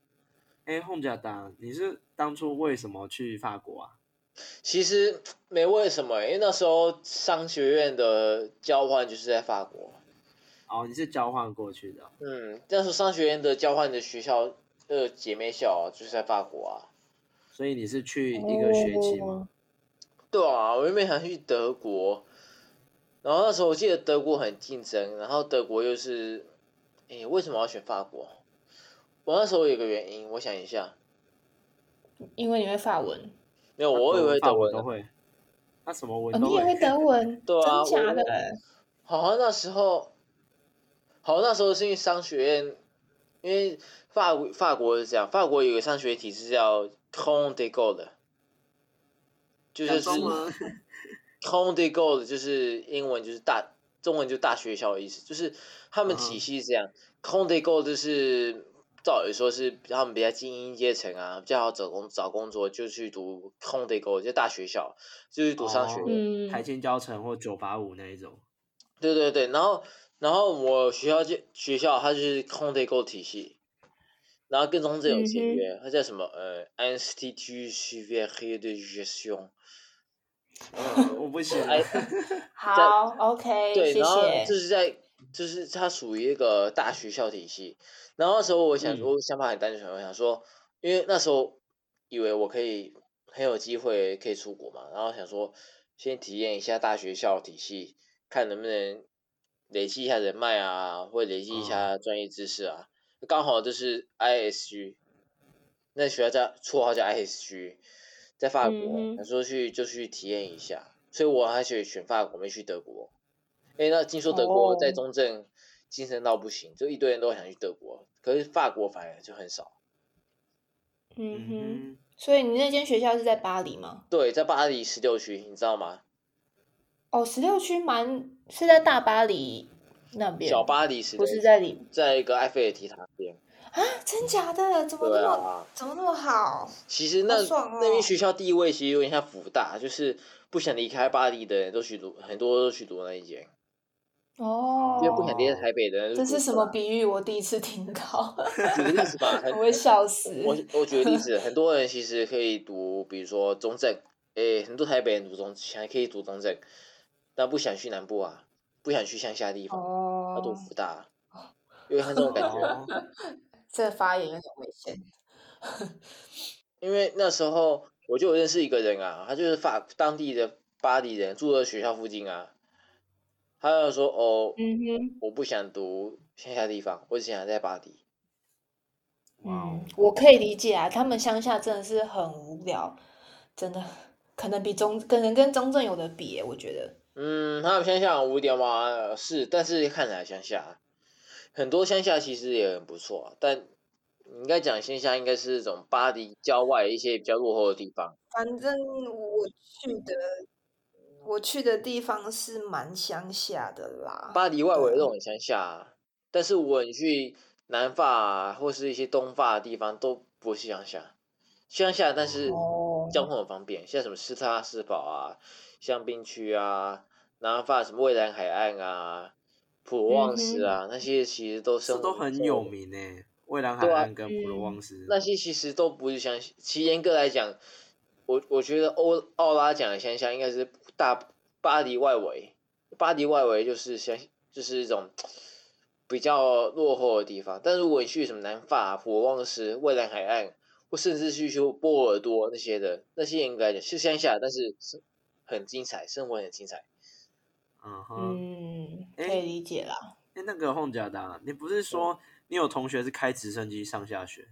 A: 哎，Home 家丹，你是当初为什么去法国啊？
C: 其实没为什么、因为那时候商学院的交换就是在法国。啊
A: 哦，你是交换过去的哦，
C: 嗯，但是商学院的交换的学校，呃，姐妹校啊就是在法国啊。
A: 所以你是去一个学期吗？
C: 对啊，我原本想去德国，然后那时候我记得德国很竞争，然后德国又是，诶，为什么要选法国？我那时候有个原因，我想一下，
B: 因为你会法文，
C: 没有，
A: 那
C: 我
A: 德
C: 以
A: 文
C: 为
A: 法
C: 德
A: 文
C: 文
A: 都
C: 啊，
A: 会，那什么
B: 哦，
A: 文
B: 你
A: 都
B: 也会
A: 会？
B: 德文，
C: 对啊
B: 真假
C: 我
B: 的？
C: 好像那时候，好像那时候是因为商学院，因为法国法国是这样，法国有个商学体制叫空 de go 的，就
A: 讲
C: 是
A: 中文
C: Home Day Go 的就是英文就是大，中文就大学校的意思，就是他们体系是这样。Home Day Go 就是照理说是他们比较精英阶层啊，比较好找工找工作，就去读 Home Day Go 就大学校，就去读商学
A: 哦
C: 院。
B: 嗯，
A: 台青教程或九八五那一种。
C: 对对对，然后然后我学校就学校它就是 Home Day Go 体系，然后跟中正有签约，它叫什么呃 Institut Supérieur de Gestion。
A: 我不行，
C: 哎
B: 好，OK，
C: 对，
B: 谢
C: 然后
B: 谢
C: 就。是在，就是它属于一个大学校体系。然后那时候我想，
A: 嗯
C: 我想法很单纯，我想说，因为那时候以为我可以很有机会可以出国嘛，然后想说先体验一下大学校体系，看能不能累积一下人脉啊，或者累
B: 哦
C: 积一下专业知识啊。刚好就是 ISG，那学校叫绰号叫 ISG，在法国，
B: 嗯哼
C: 想说去就去体验一下，所以我还选选法国，没去德国。哎，那听说德国
B: 哦
C: 在中正竞争到不行，就一堆人都想去德国，可是法国反而就很少。
B: 嗯哼，
A: 嗯
B: 所以你那间学校是在巴黎吗？
C: 对，在巴黎十六区，你知道吗？
B: 哦，十六区蛮是在大巴黎那边，
C: 小巴黎十
B: 不
C: 六
B: 是
C: 区，
B: 在里
C: 在一个埃菲尔铁塔那边。
B: 啊？真假的？怎么哦那
C: 对
B: 么
C: 啊，
B: 怎么那么好？
C: 其实那、
B: 好爽哦
C: 那边学校地位其实有点像福大，就是不想离开巴黎的人都去读，很多都去读那一间，
B: 哦
C: 因为不想离开台北的人。
B: 这是什么？比喻？我第一次听到，
C: 举个例子吧，很
B: 我会笑死。
C: 我我举个例 子，很多人其实可以读，比如说中正，诶、很多台北人读中，还可以读中正，但不想去南部啊，不想去乡下地方，要读
B: 哦，
C: 福大，因为他这种感觉。
A: 哦
B: 这发言有点危险。
C: 因为那时候我就有认识一个人啊，他就是法当地的巴黎人，住在学校附近啊，他就说哦，
B: 嗯哼，
C: 我不想读乡下地方，我只想在巴黎。
A: 哇哦
B: 嗯，我可以理解啊，他们乡下真的是很无聊，真的可能比中可能跟中正有的比耶，我觉得。
C: 嗯，他们乡下很无聊吗？呃是，但是看起来乡下，很多乡下其实也很不错啊，但你应该讲乡下应该是一种巴黎郊外一些比较落后的地方。
B: 反正我去的，我去的地方是蛮乡下的啦
C: 巴黎外围
B: 对啊
C: 都很乡下、啊，但是我你去南法、啊、或是一些东法的地方都不是乡下，乡下但是
B: 哦
C: 交通很方便，像什么斯特拉斯堡啊、香槟区啊、南法什么蔚蓝海岸啊、普罗旺斯啊、那些其实都生
A: 这嗯
C: 活
A: 都
C: 不
A: 很
C: 错
A: 有名诶，蔚蓝海
C: 对啊
A: 岸跟
B: 嗯
A: 普罗旺斯。
C: 那些其实都不是乡下，其实严格来讲，我我觉得欧奥拉讲的乡下应该是大巴黎外围，巴黎外围就是乡，就是一种比较落后的地方。但如果你去什么南法、啊普罗旺斯、蔚蓝海岸，或甚至去去波尔多那些的，那些应该讲是乡下，但是是很精彩，生活很精彩。
A: 嗯哼，
B: 嗯，可
A: 诶
B: 以理解啦。
A: 哎，那个洪家达，你不是说你有同学是开直升机上下学？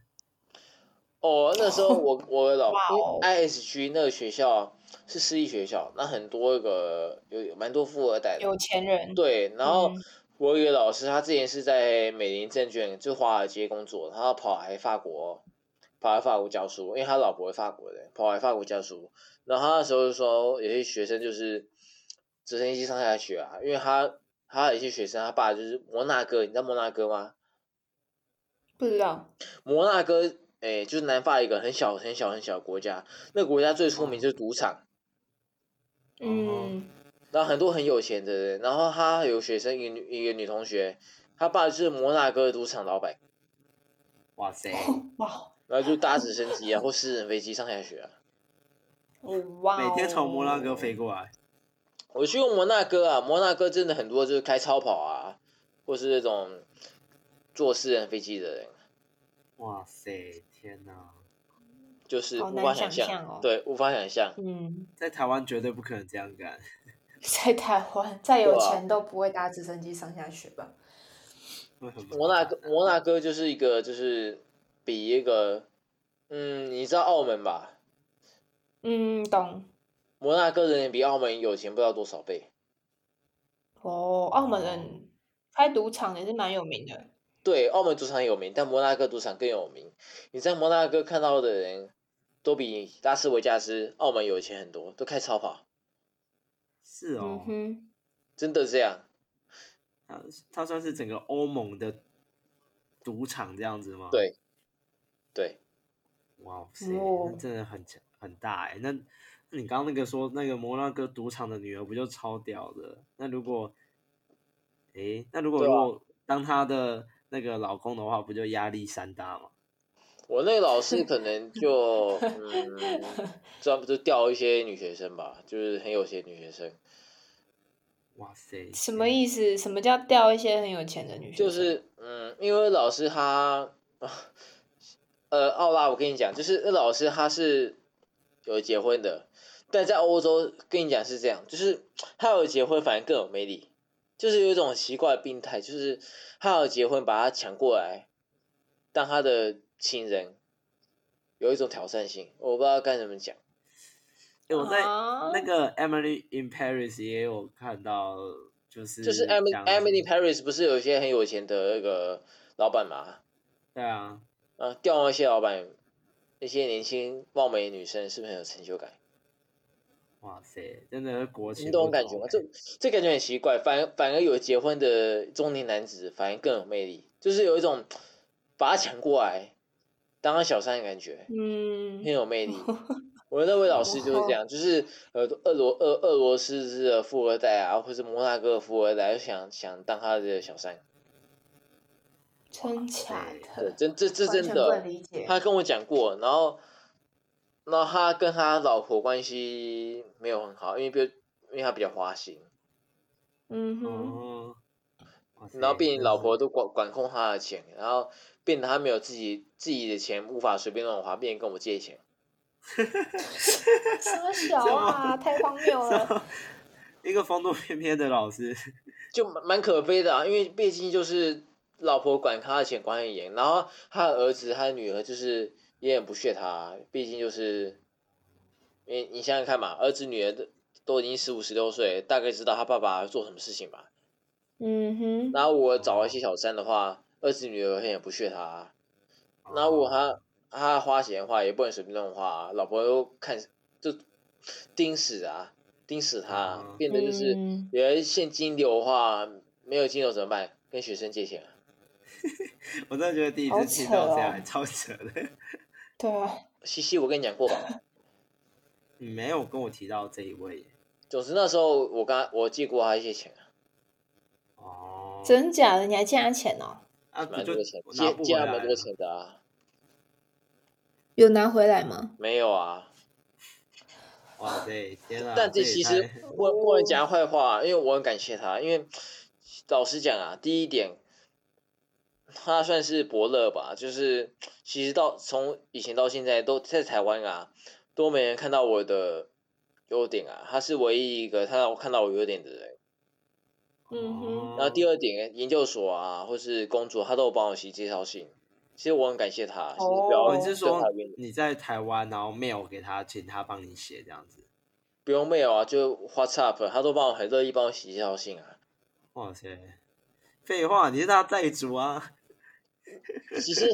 C: 哦，那时候我我老
B: 哇哦
C: 因为 ISG 那个学校是私立学校，那很多个有有蛮多富二代的，
B: 有钱人，
C: 对，然后
B: 嗯
C: 我有一个老师，他之前是在美林证券，就华尔街工作，然后跑来法国，跑来法国教书，因为他老婆是法国人，跑来法国教书。然后他那时候就说，有些学生就是直升机上下学啊，因为他他有些学生，他爸就是摩纳哥，你知道摩纳哥吗？
B: 不知道。
C: 摩纳哥，诶、就是南法一个很小很小很小的国家，那国家最出名就是赌场。
B: 嗯，
C: 然后很多很有钱的人，然后他有学生一个女一个女同学，她爸就是摩纳哥的赌场老板，
A: 哇塞，
B: 哦哇，
C: 然后就搭直升机啊或私人飞机上下学啊。
B: 哦哇、哦
A: 每天从摩纳哥飞。过来，
C: 我去过摩纳哥啊，摩纳哥真的很多就是开超跑啊，或是那种坐私人飞机的人，
B: 哦
A: 哇塞，天哪，
C: 就是
B: 好
C: 无
B: 难
C: 法
B: 想
C: 象，
B: 象哦
C: 对，无法想象。
B: 嗯，
A: 在台湾绝对不可能这样干。
B: 在台湾，再有
C: 对啊
B: 钱都不会搭直升机上下学
A: 啊
B: 吧？
A: 会很麻烦
C: 摩纳哥，摩纳哥就是一个就是比一个，嗯，你知道澳门吧？
B: 嗯，懂。
C: 摩纳哥人也比澳门有钱不知道多少倍。
B: 哦，澳门人开赌场也是蛮有名的。
C: 对，澳门赌场有名，但摩纳哥赌场更有名。你在摩纳哥看到的人，都比拉斯维加斯、澳门有钱很多，都开超跑，
A: 是
B: 嗯
A: 哦，
B: 哼，
C: 真的这样？
A: 它它算是整个欧盟的赌场这样子吗？
C: 对对，
A: 哇塞，那
B: 哦
A: 真的很强很大哎、那那你刚刚那个说那个摩纳哥赌场的女儿不就超屌的？那如果，哎、那如果
C: 对啊
A: 如果当她的那个老公的话，不就压力山大吗？
C: 我那个老师可能 就嗯，专门就调一些女学生吧，就是很有钱的女学生，
A: 哇塞，
B: 什么意思？什么叫钓一些很有钱的女生？
C: 就是嗯，因为老师他，呃，奥拉，我跟你讲，就是那老师他是有结婚的，但在欧洲跟你讲是这样，就是他有结婚反而更有魅力，就是有一种奇怪的病态，就是他有结婚把他抢过来当他的情人，有一种挑战性，我不知道该怎么讲。
A: 诶我在
B: 啊
A: 那个 Emily in Paris 也有看到，就是
C: 就是 Emily
A: 讲
C: Emily Paris 不是有一些很有钱的那个老板嘛？
A: 对啊，
C: 啊，调动一些老板，一些年轻貌美的女生，是不是很有成就感？
A: 哇塞，真的是国情
C: 你
A: 不
C: 懂
A: 同哎
C: 我感觉吗？
A: 诶
C: 这这感觉很奇怪，反而反而有结婚的中年男子反而更有魅力，就是有一种把他抢过来当他小三的感觉，
B: 嗯
C: 很，有 魅力。我那位老师就是这
A: 哦
C: 样，就是呃，俄罗俄俄罗斯的富二代啊，或是摩纳哥的富二代，就想想当他的小三。
B: 真假
C: 对，
B: 的，
C: 真这这
B: 完
C: 真
B: 全
C: 的
B: 不能理解。
C: 他跟我讲过，然后，然后他跟他老婆关系没有很好，因为比因为他比较花心，
B: 嗯哼，
A: 哦，哇塞
C: 然后变
A: 真
C: 成老
A: 是
C: 婆都管管控他的钱，然后变得他没有自己自己的钱，无法随便乱花，变成跟我借钱。
B: 什 么小啊，太荒谬了。
A: 一个风度翩翩的老 师，
C: 就蛮蛮可悲的啊，因为毕竟就是老婆管他的钱管很严，然后他的儿子、他的女儿就是也很不屑他啊，毕竟就是，你你想想看嘛，儿子女儿都都已经十五十六岁，大概知道他爸爸做什么事情吧。
B: 嗯哼，
C: 然后我找一些小三的话，儿子女儿很也不屑他啊，然后
A: 哦
C: 我他他花钱的话也不能随便乱花啊，老婆都看就盯死啊，盯死他啊，
A: 嗯
C: 变得就是。
B: 嗯
C: 有人现金流的话，没有金流怎么办？跟学生借钱啊？
A: 我真的觉得第一次
B: 好
A: 听
B: 扯
A: 到这
B: 哦
A: 样，超扯的。
B: 对啊，
C: 西西，我跟你 讲过吧。
A: 你没有跟我提到这一位耶
C: 总之那时候我刚我借过他一些钱啊，
A: 哦，
B: 真假的，你还欠他钱哦？
A: 啊不
C: 蛮
A: 就
C: 多钱，
A: 拿
C: 借
A: 不
C: 借
A: 回
C: 他
A: 来
C: 蛮多
A: 了
C: 钱的啊。
B: 有拿回来吗？
C: 没有啊，
A: 哇塞，天啊！
C: 但
A: 这
C: 这
A: 也
C: 其
A: 太
C: 实不能不能讲他坏话啊，因为我很感谢他，因为老实讲啊，第一点。他算是伯乐吧，就是其实到从以前到现在都在台湾啊，都没人看到我的优点啊，他是唯一一个看到看到我优点的人。
B: 嗯哼
A: 哦
C: 然后第二点，研究所啊，或是工作，他都有帮我写介绍信。其实我很感谢他，其实不要
B: 哦
A: 哦，你是
C: 对
A: 说
C: 他的原因
A: 你在台湾，然后 mail 给他，请他帮你写这样子？
C: 不用 mail 啊，就 WhatsApp，他都帮我很乐意帮我写介绍信啊。
A: 哇塞，废话，你是他债主啊！
C: 其实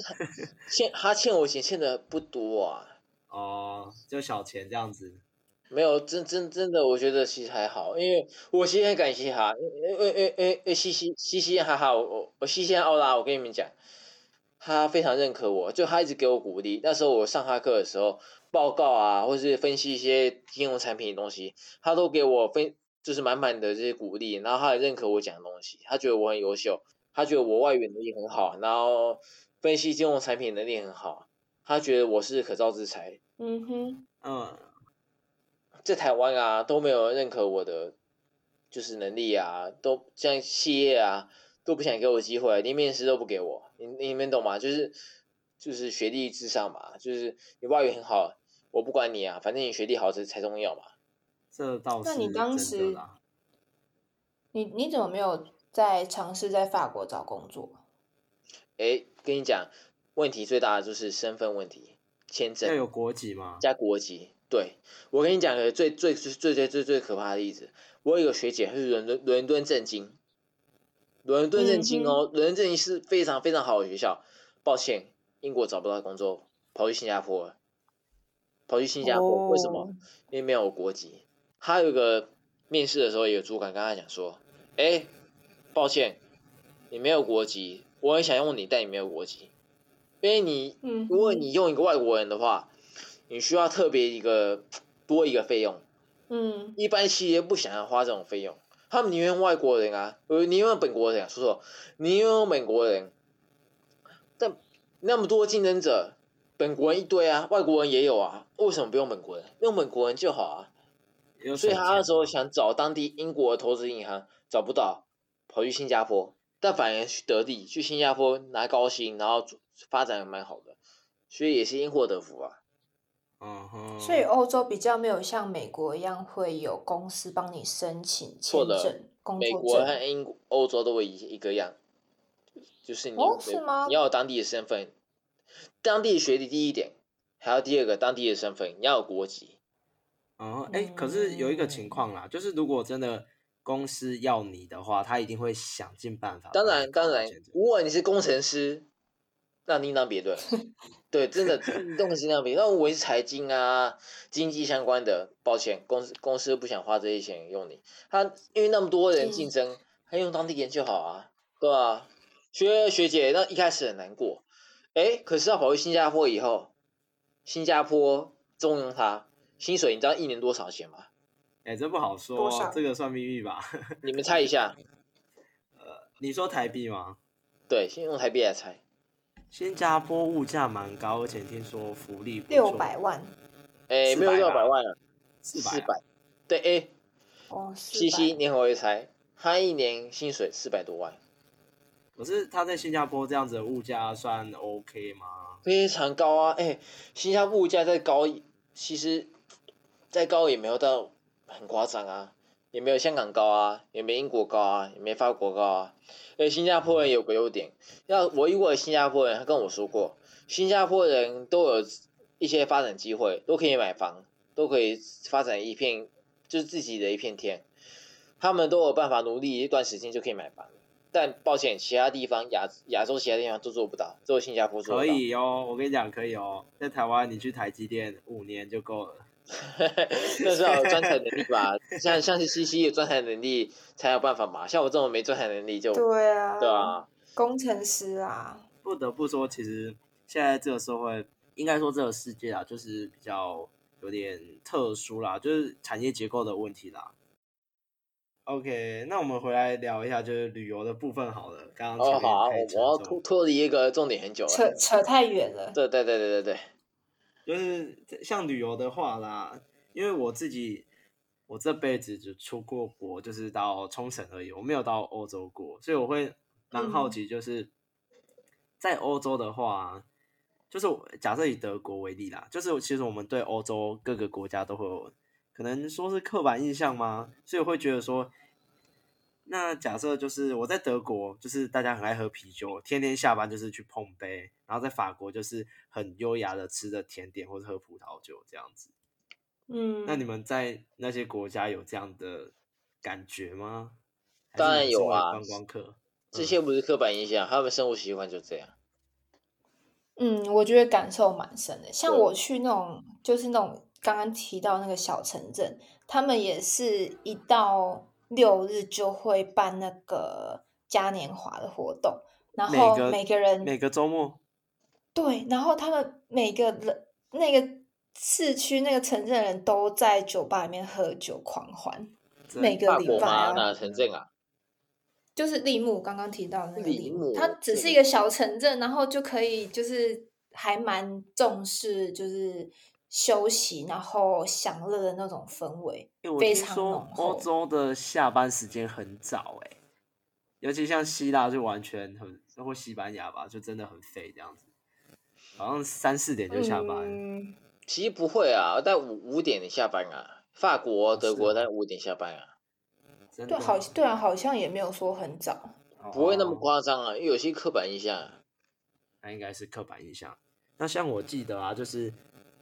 C: 欠他欠我钱欠的不多啊，
A: 哦，就小钱这样子。
C: 没有真真真的，我觉得其实还好，因为我其实很感谢他，因为因为因为因为西西西西哈哈，我我我西西和奥拉，我跟你们讲，他非常认可我，就他一直给我鼓励。那时候我上他课的时候，报告啊，或是分析一些金融产品的东西，他都给我分，就是满满的这些鼓励。然后他也认可我讲的东西，他觉得我很优秀，他觉得我外语能力很好，然后分析金融产品能力很好，他觉得我是可造之材。
B: 嗯哼，
A: 嗯，
C: 在台湾啊都没有人认可我的就是能力啊，都像企业啊都不想给我机会，连面试都不给我，你你们懂吗？就是就是学历至上嘛，就是你外语很好，我不管你啊，反正你学历好才才重要嘛。
A: 这倒是
B: 那你当
A: 真的
B: 时
A: 啦。
B: 你你怎么没有在尝试在法国找工作？
C: 诶，跟你讲，问题最大的就是身份问题，签证
A: 要有国籍吗？
C: 加国籍。对，我跟你讲个最最最最最最最可怕的例子，我有个学姐她是伦敦伦敦政经，伦敦政经哦，伦敦政经是非常非常好的学校。抱歉，英国找不到工作，跑去新加坡了。跑去新加坡，为什么
B: 哦？
C: 因为没有国籍。他有一个面试的时候，有主管跟他讲说：“哎、抱歉，你没有国籍，我很想用你，但你没有国籍，因为你
B: 嗯
C: 如果你用一个外国人的话，你需要特别一个多一个费用，
B: 嗯
C: 一般企业不想要花这种费用，他们宁愿外国人啊，呃，宁愿本国人、啊，说错，宁愿用本国人。但那么多竞争者，本国人一堆啊，外国人也有啊，为什么不用本国人？用本国人就好啊。
A: 有
C: 所以
A: 省
C: 他那
A: 钱
C: 时候
A: 嘛
C: 想找当地英国的投资银行，找不到，跑去新加坡，但反而去得利，去新加坡拿高薪，然后发展也蛮好的，所以也是因祸得福啊。
A: 嗯哼，
D: 所以欧洲比较没有像美国一样会有公司帮你申请签
C: 错了
D: 证、工
C: 美
D: 作
C: 国和
D: 证。
C: 英国、欧洲都一一个样，就是你、
D: 哦是吗
C: 你要有当地的身份，当地的学历第一点，还有第二个当地的身份，你要有国籍。
A: 哦，哎、可是有一个情
D: 嗯
A: 况啦，就是如果真的公司要你的话，他一定会想尽办法
C: 当
A: 帮你
C: 然，
A: 搞
C: 当
A: 到
C: 然
A: 签证，
C: 如果你是工程师，那另当 别论。对，真的，工程师那边，那我是财经啊、经济相关的，抱歉，公司公司不想花这些钱用你。他因为那么多人竞
D: 嗯
C: 争，他用当地人就好啊，对啊，学学姐那一开始很难过，哎，可是他跑去新加坡以后，新加坡重用他，薪水你知道一年多少钱吗？
A: 哎、这不好说
D: 多
A: 哦，
D: 少
A: 这个算秘密吧？
C: 你们猜一下，
A: 你说台币吗？
C: 对，先用台币来猜，
A: 新加坡物价蛮高，而且听说福利不
D: 六
A: 错
D: 百万
C: 哎，没有
A: 400
C: 六
A: 吧
C: 百万了，
A: 四
C: 四
A: 百啊
C: 百，对，哎，
D: 哦，四
C: 西西，
D: 百。
C: 你很会猜，他一年薪水四百多万。
A: 可是他在新加坡这样子的物价算 OK 吗？
C: 非常高啊！哎、新加坡物价再高，其实再高也没有到很夸张啊，也没有香港高啊，也没英国高啊，也没法国高啊。而新加坡人有个优点，要我遇过的新加坡人，他跟我说过，新加坡人都有一些发展机会，都可以买房，都可以发展一片，就是自己的一片天。他们都有办法努力一段时间就可以买房，但抱歉，其他地方亚亚洲其他地方都做不到，只有新加坡做得
A: 可
C: 到。
A: 以哦，我跟你讲可以哦，在台湾你去台积电五年就够了。
C: 那是要有专才能力吧？像像是西西有专才能力才有办法嘛，像我这种没专才能力就
D: 对啊，
C: 对，啊，
D: 工程师啊，
A: 不得不说，其实现在这个社会，应该说这个世界啊，就是比较有点特殊啦，就是产业结构的问题啦。OK，那我们回来聊一下就是旅游的部分好了。刚刚
C: 哦
A: 前
C: 好啊，
A: 面太
C: 我
A: 沉
C: 我要
A: 重
C: 脱脱离一个重点很久了
D: 扯，扯太远了。
C: 对对对对对对，
A: 就是像旅游的话啦，因为我自己我这辈子只出过国，就是到冲绳而已，我没有到欧洲过，所以我会蛮好奇，就是、在欧洲的话，就是我假设以德国为例啦，就是其实我们对欧洲各个国家都会有可能说是刻板印象吗？所以我会觉得说。那假设就是我在德国，就是大家很爱喝啤酒，天天下班就是去碰杯，然后在法国就是很优雅的吃着甜点或者喝葡萄酒这样子。
D: 嗯，
A: 那你们在那些国家有这样的感觉吗？还是
C: 当然
A: 你身
C: 有
A: 为
C: 啊
A: 观光客
C: 这些不是刻板印象，他们生活习惯就这样。
B: 嗯，我觉得感受蛮深的。像
C: 对
B: 我去那种，就是那种刚刚提到那个小城镇，他们也是一到六日就会办那个嘉年华的活动，然
A: 每
B: 后
A: 个
B: 每个人
A: 每个周末，
B: 对，然后他们每个人那个市区那个城镇的人都在酒吧里面喝酒狂欢，
A: 真
B: 每个
C: 法
B: 礼
C: 国
B: 拜
C: 嘛，
B: 啊
C: 哪城镇啊？
B: 就是利木刚刚提到的那个
C: 利
B: 利
C: 木
B: 木，它只
C: 这
B: 是一
C: 个
B: 个小城镇，然后就可以就是还蛮重视就是休息，然后享乐的那种氛围。
A: 欸我
B: 非
A: 听
B: 常
A: 说
B: 浓
A: 欧
B: 厚
A: 洲的下班时间很早哎、尤其像希腊就完全很，或西班牙吧，就真的很废这样子，好像三四点就下班。
B: 嗯，
C: 其实不会啊，但五五点下班啊，法国、德国
A: 哦是吗
C: 但五点下班啊，
A: 真的
B: 对，好，对啊，好像也没有说很早。
C: 不会那么
A: 哦
C: 夸张啊，因为有些刻板印象啊。
A: 那应该是刻板印象。那像我记得啊，就是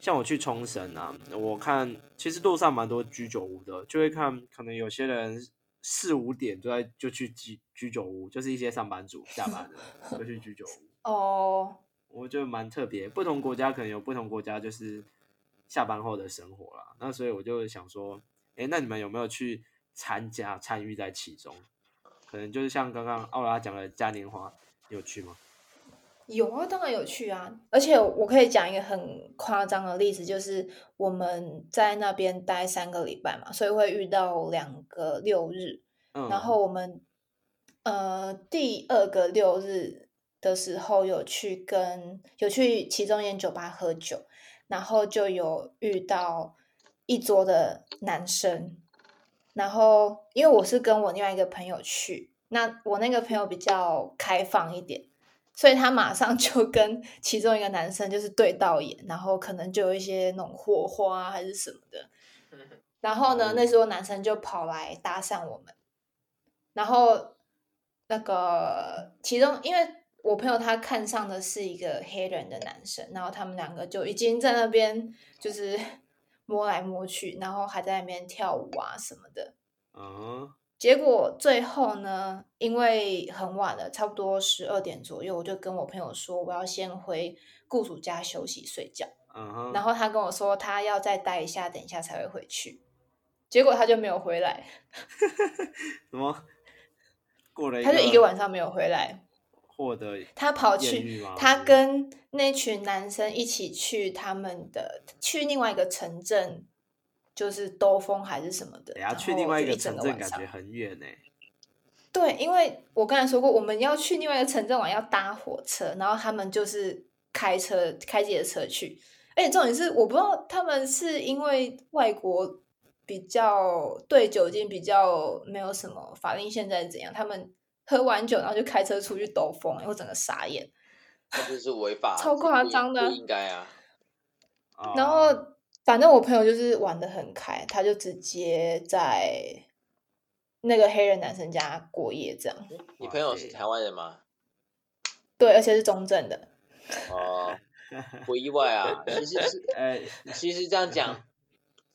A: 像我去冲绳啊，我看其实路上蛮多居酒屋的，就会看可能有些人四五点就在就去居居酒屋，就是一些上班族下班了就去居酒屋，
B: 哦，
A: 我觉得蛮特别。不同国家可能有不同国家就是下班后的生活啦。那所以我就想说，哎，那你们有没有去参加参与在其中？可能就是像刚刚奥拉讲的嘉年华，你有去吗？
B: 有啊，当然有去啊！而且我可以讲一个很夸张的例子，就是我们在那边待三个礼拜嘛，所以会遇到两个六日。
A: 嗯，
B: 然后我们呃第二个六日的时候有去跟有去其中一间酒吧喝酒，然后就有遇到一桌的男生，然后因为我是跟我另外一个朋友去，那我那个朋友比较开放一点。所以他马上 就跟其中一个男生就是对到眼，然后可能就有一些那种火花啊还是什么的。然后呢，那时候男生就跑来搭讪我们，然后那个其中因为我朋友他看上的是一个黑人的男生，然后他们两个就已经在那边就是 摸来摸去，然后还在那边跳舞啊什么的。
A: 嗯，
B: 结果最后呢，因为很晚了，差不多十二点左右，我就跟我朋友说我要先回雇主家休息睡觉。
A: 嗯哼，
B: 然后他跟我说他要再待一下，等一下才会回去。结果他就没有回来，
A: 什么？过了一
B: 他就一个晚上没有回来。
A: 获得
B: 他跑
A: 艳
B: 去，
A: 遇吗
B: 他跟那群男生一起去他们的去另外一个城镇，就是兜风还是什么的。
A: 等
B: 然
A: 下
B: 后
A: 去另外一
B: 就
A: 个
B: 整
A: 城
B: 个
A: 镇，
B: 晚
A: 感
B: 上
A: 觉很远呢、
B: 对，因为我刚才说过，我们要去另外一个城镇玩，要搭火车，然后他们就是开车开自己的车去。而且重点是，我不知道他们是因为外国比较对酒精比较没有什么法令限在怎样，他们喝完酒然后就开车出去兜风，我整个傻眼。
C: 那就是违法，
B: 超
C: 这
B: 夸
C: 不应
B: 张的
C: 不应该啊。
A: 哦
B: 然后反正我朋友就是玩的很开，他就直接在那个黑人男生家过夜这样。
C: 你
A: 哇
C: 朋友是
A: 塞
C: 台湾人吗？
B: 对，而且是中正的。
C: 哦，不意外啊。其实是
A: 呃，
C: 其实这样讲，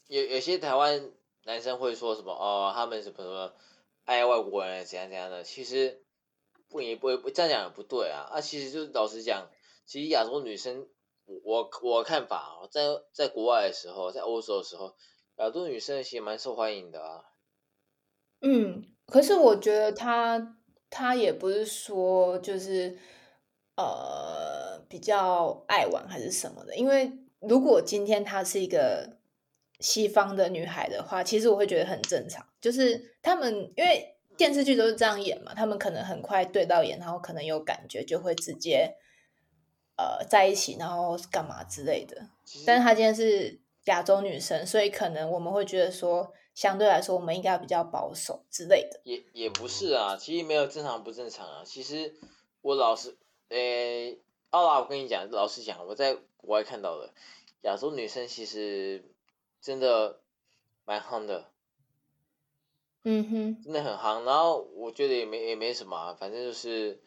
C: 有有些台湾男生会说什么哦，他们什么什么爱外国人怎样怎样的，其实不也不会这样讲也不对啊。啊，其实就是老实讲，其实亚洲女生，我我我的看法哦，在在国外的时候，在欧洲的时候，亚洲女生其实蛮受欢迎的啊。
B: 嗯，可是我觉得他他也不是说就是呃比较爱玩还是什么的，因为如果今天她是一个西方的女孩的话，其实我会觉得很正常，就是他们因为电视剧都是这样演嘛，他们可能很快对到眼，然后可能有感觉就会直接呃在一起，然后干嘛之类的。
C: 其实
B: 但是她今天是亚洲女生，所以可能我们会觉得说，相对来说我们应该比较保守之类的。
C: 也也不是啊，其实没有正常不正常啊。其实我老实，呃、奥拉，我跟你讲，老实讲，我在国外看到的亚洲女生其实真的蛮夯的，
B: 嗯哼，
C: 真的很夯。然后我觉得也没也没什么、啊，反正就是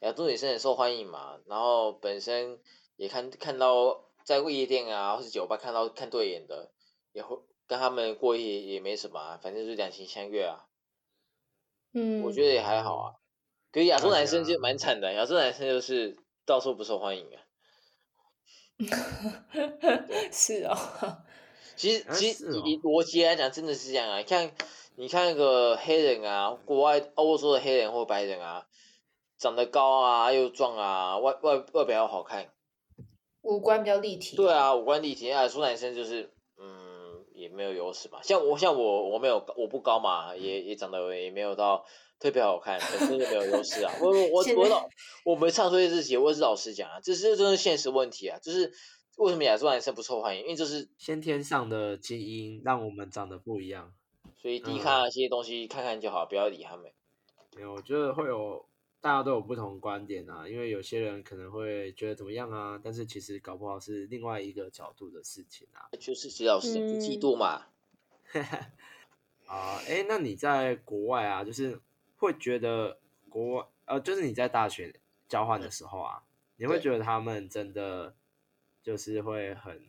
C: 亚洲女生很受欢迎嘛。然后本身也看看到在夜店啊或是酒吧看到看对眼的，也会跟他们过夜也没什么、啊，反正就是两情相悦啊。
B: 嗯，
C: 我觉得也还好啊。可是亚洲
A: 对
C: 男生
A: 啊
C: 就蛮惨的，亚洲男生就是到处不受欢迎啊。
B: 是哦，
C: 其实
A: 啊是
C: 其实
A: 哦
C: 以以逻辑来讲，真的是这样啊。你看，你看那个黑人啊，国外欧洲的黑人或白人啊，长得高啊，又壮啊，外外外表又好看，
B: 五官比较立体。
C: 对，啊，五官立体啊，亚洲男生就是嗯，也没有优势嘛。像我像我我没有我不高嘛，也也长得也没有到特别好看，本身就没有优势啊。我我 我
B: 现在
C: 我老我没唱衰自己，我也是老实讲啊，这是这是现实问题啊，就是为什么亚洲男生不受欢迎，因为就是
A: 先天上的基因让我们长得不一样。
C: 所以低
A: 嗯
C: 看啊这些东西看看就好，不要理他们。
A: 没有，我觉得会有大家都有不同观点啊，因为有些人可能会觉得怎么样啊，但是其实搞不好是另外一个角度的事情啊。
C: 就是其实老实讲，就嫉
B: 嗯
C: 妒嘛。
A: 啊，哎，那你在国外啊，就是会觉得国外呃，就是你在大学交换的时候啊，你会
C: 嗯对
A: 觉得他们真的就是会很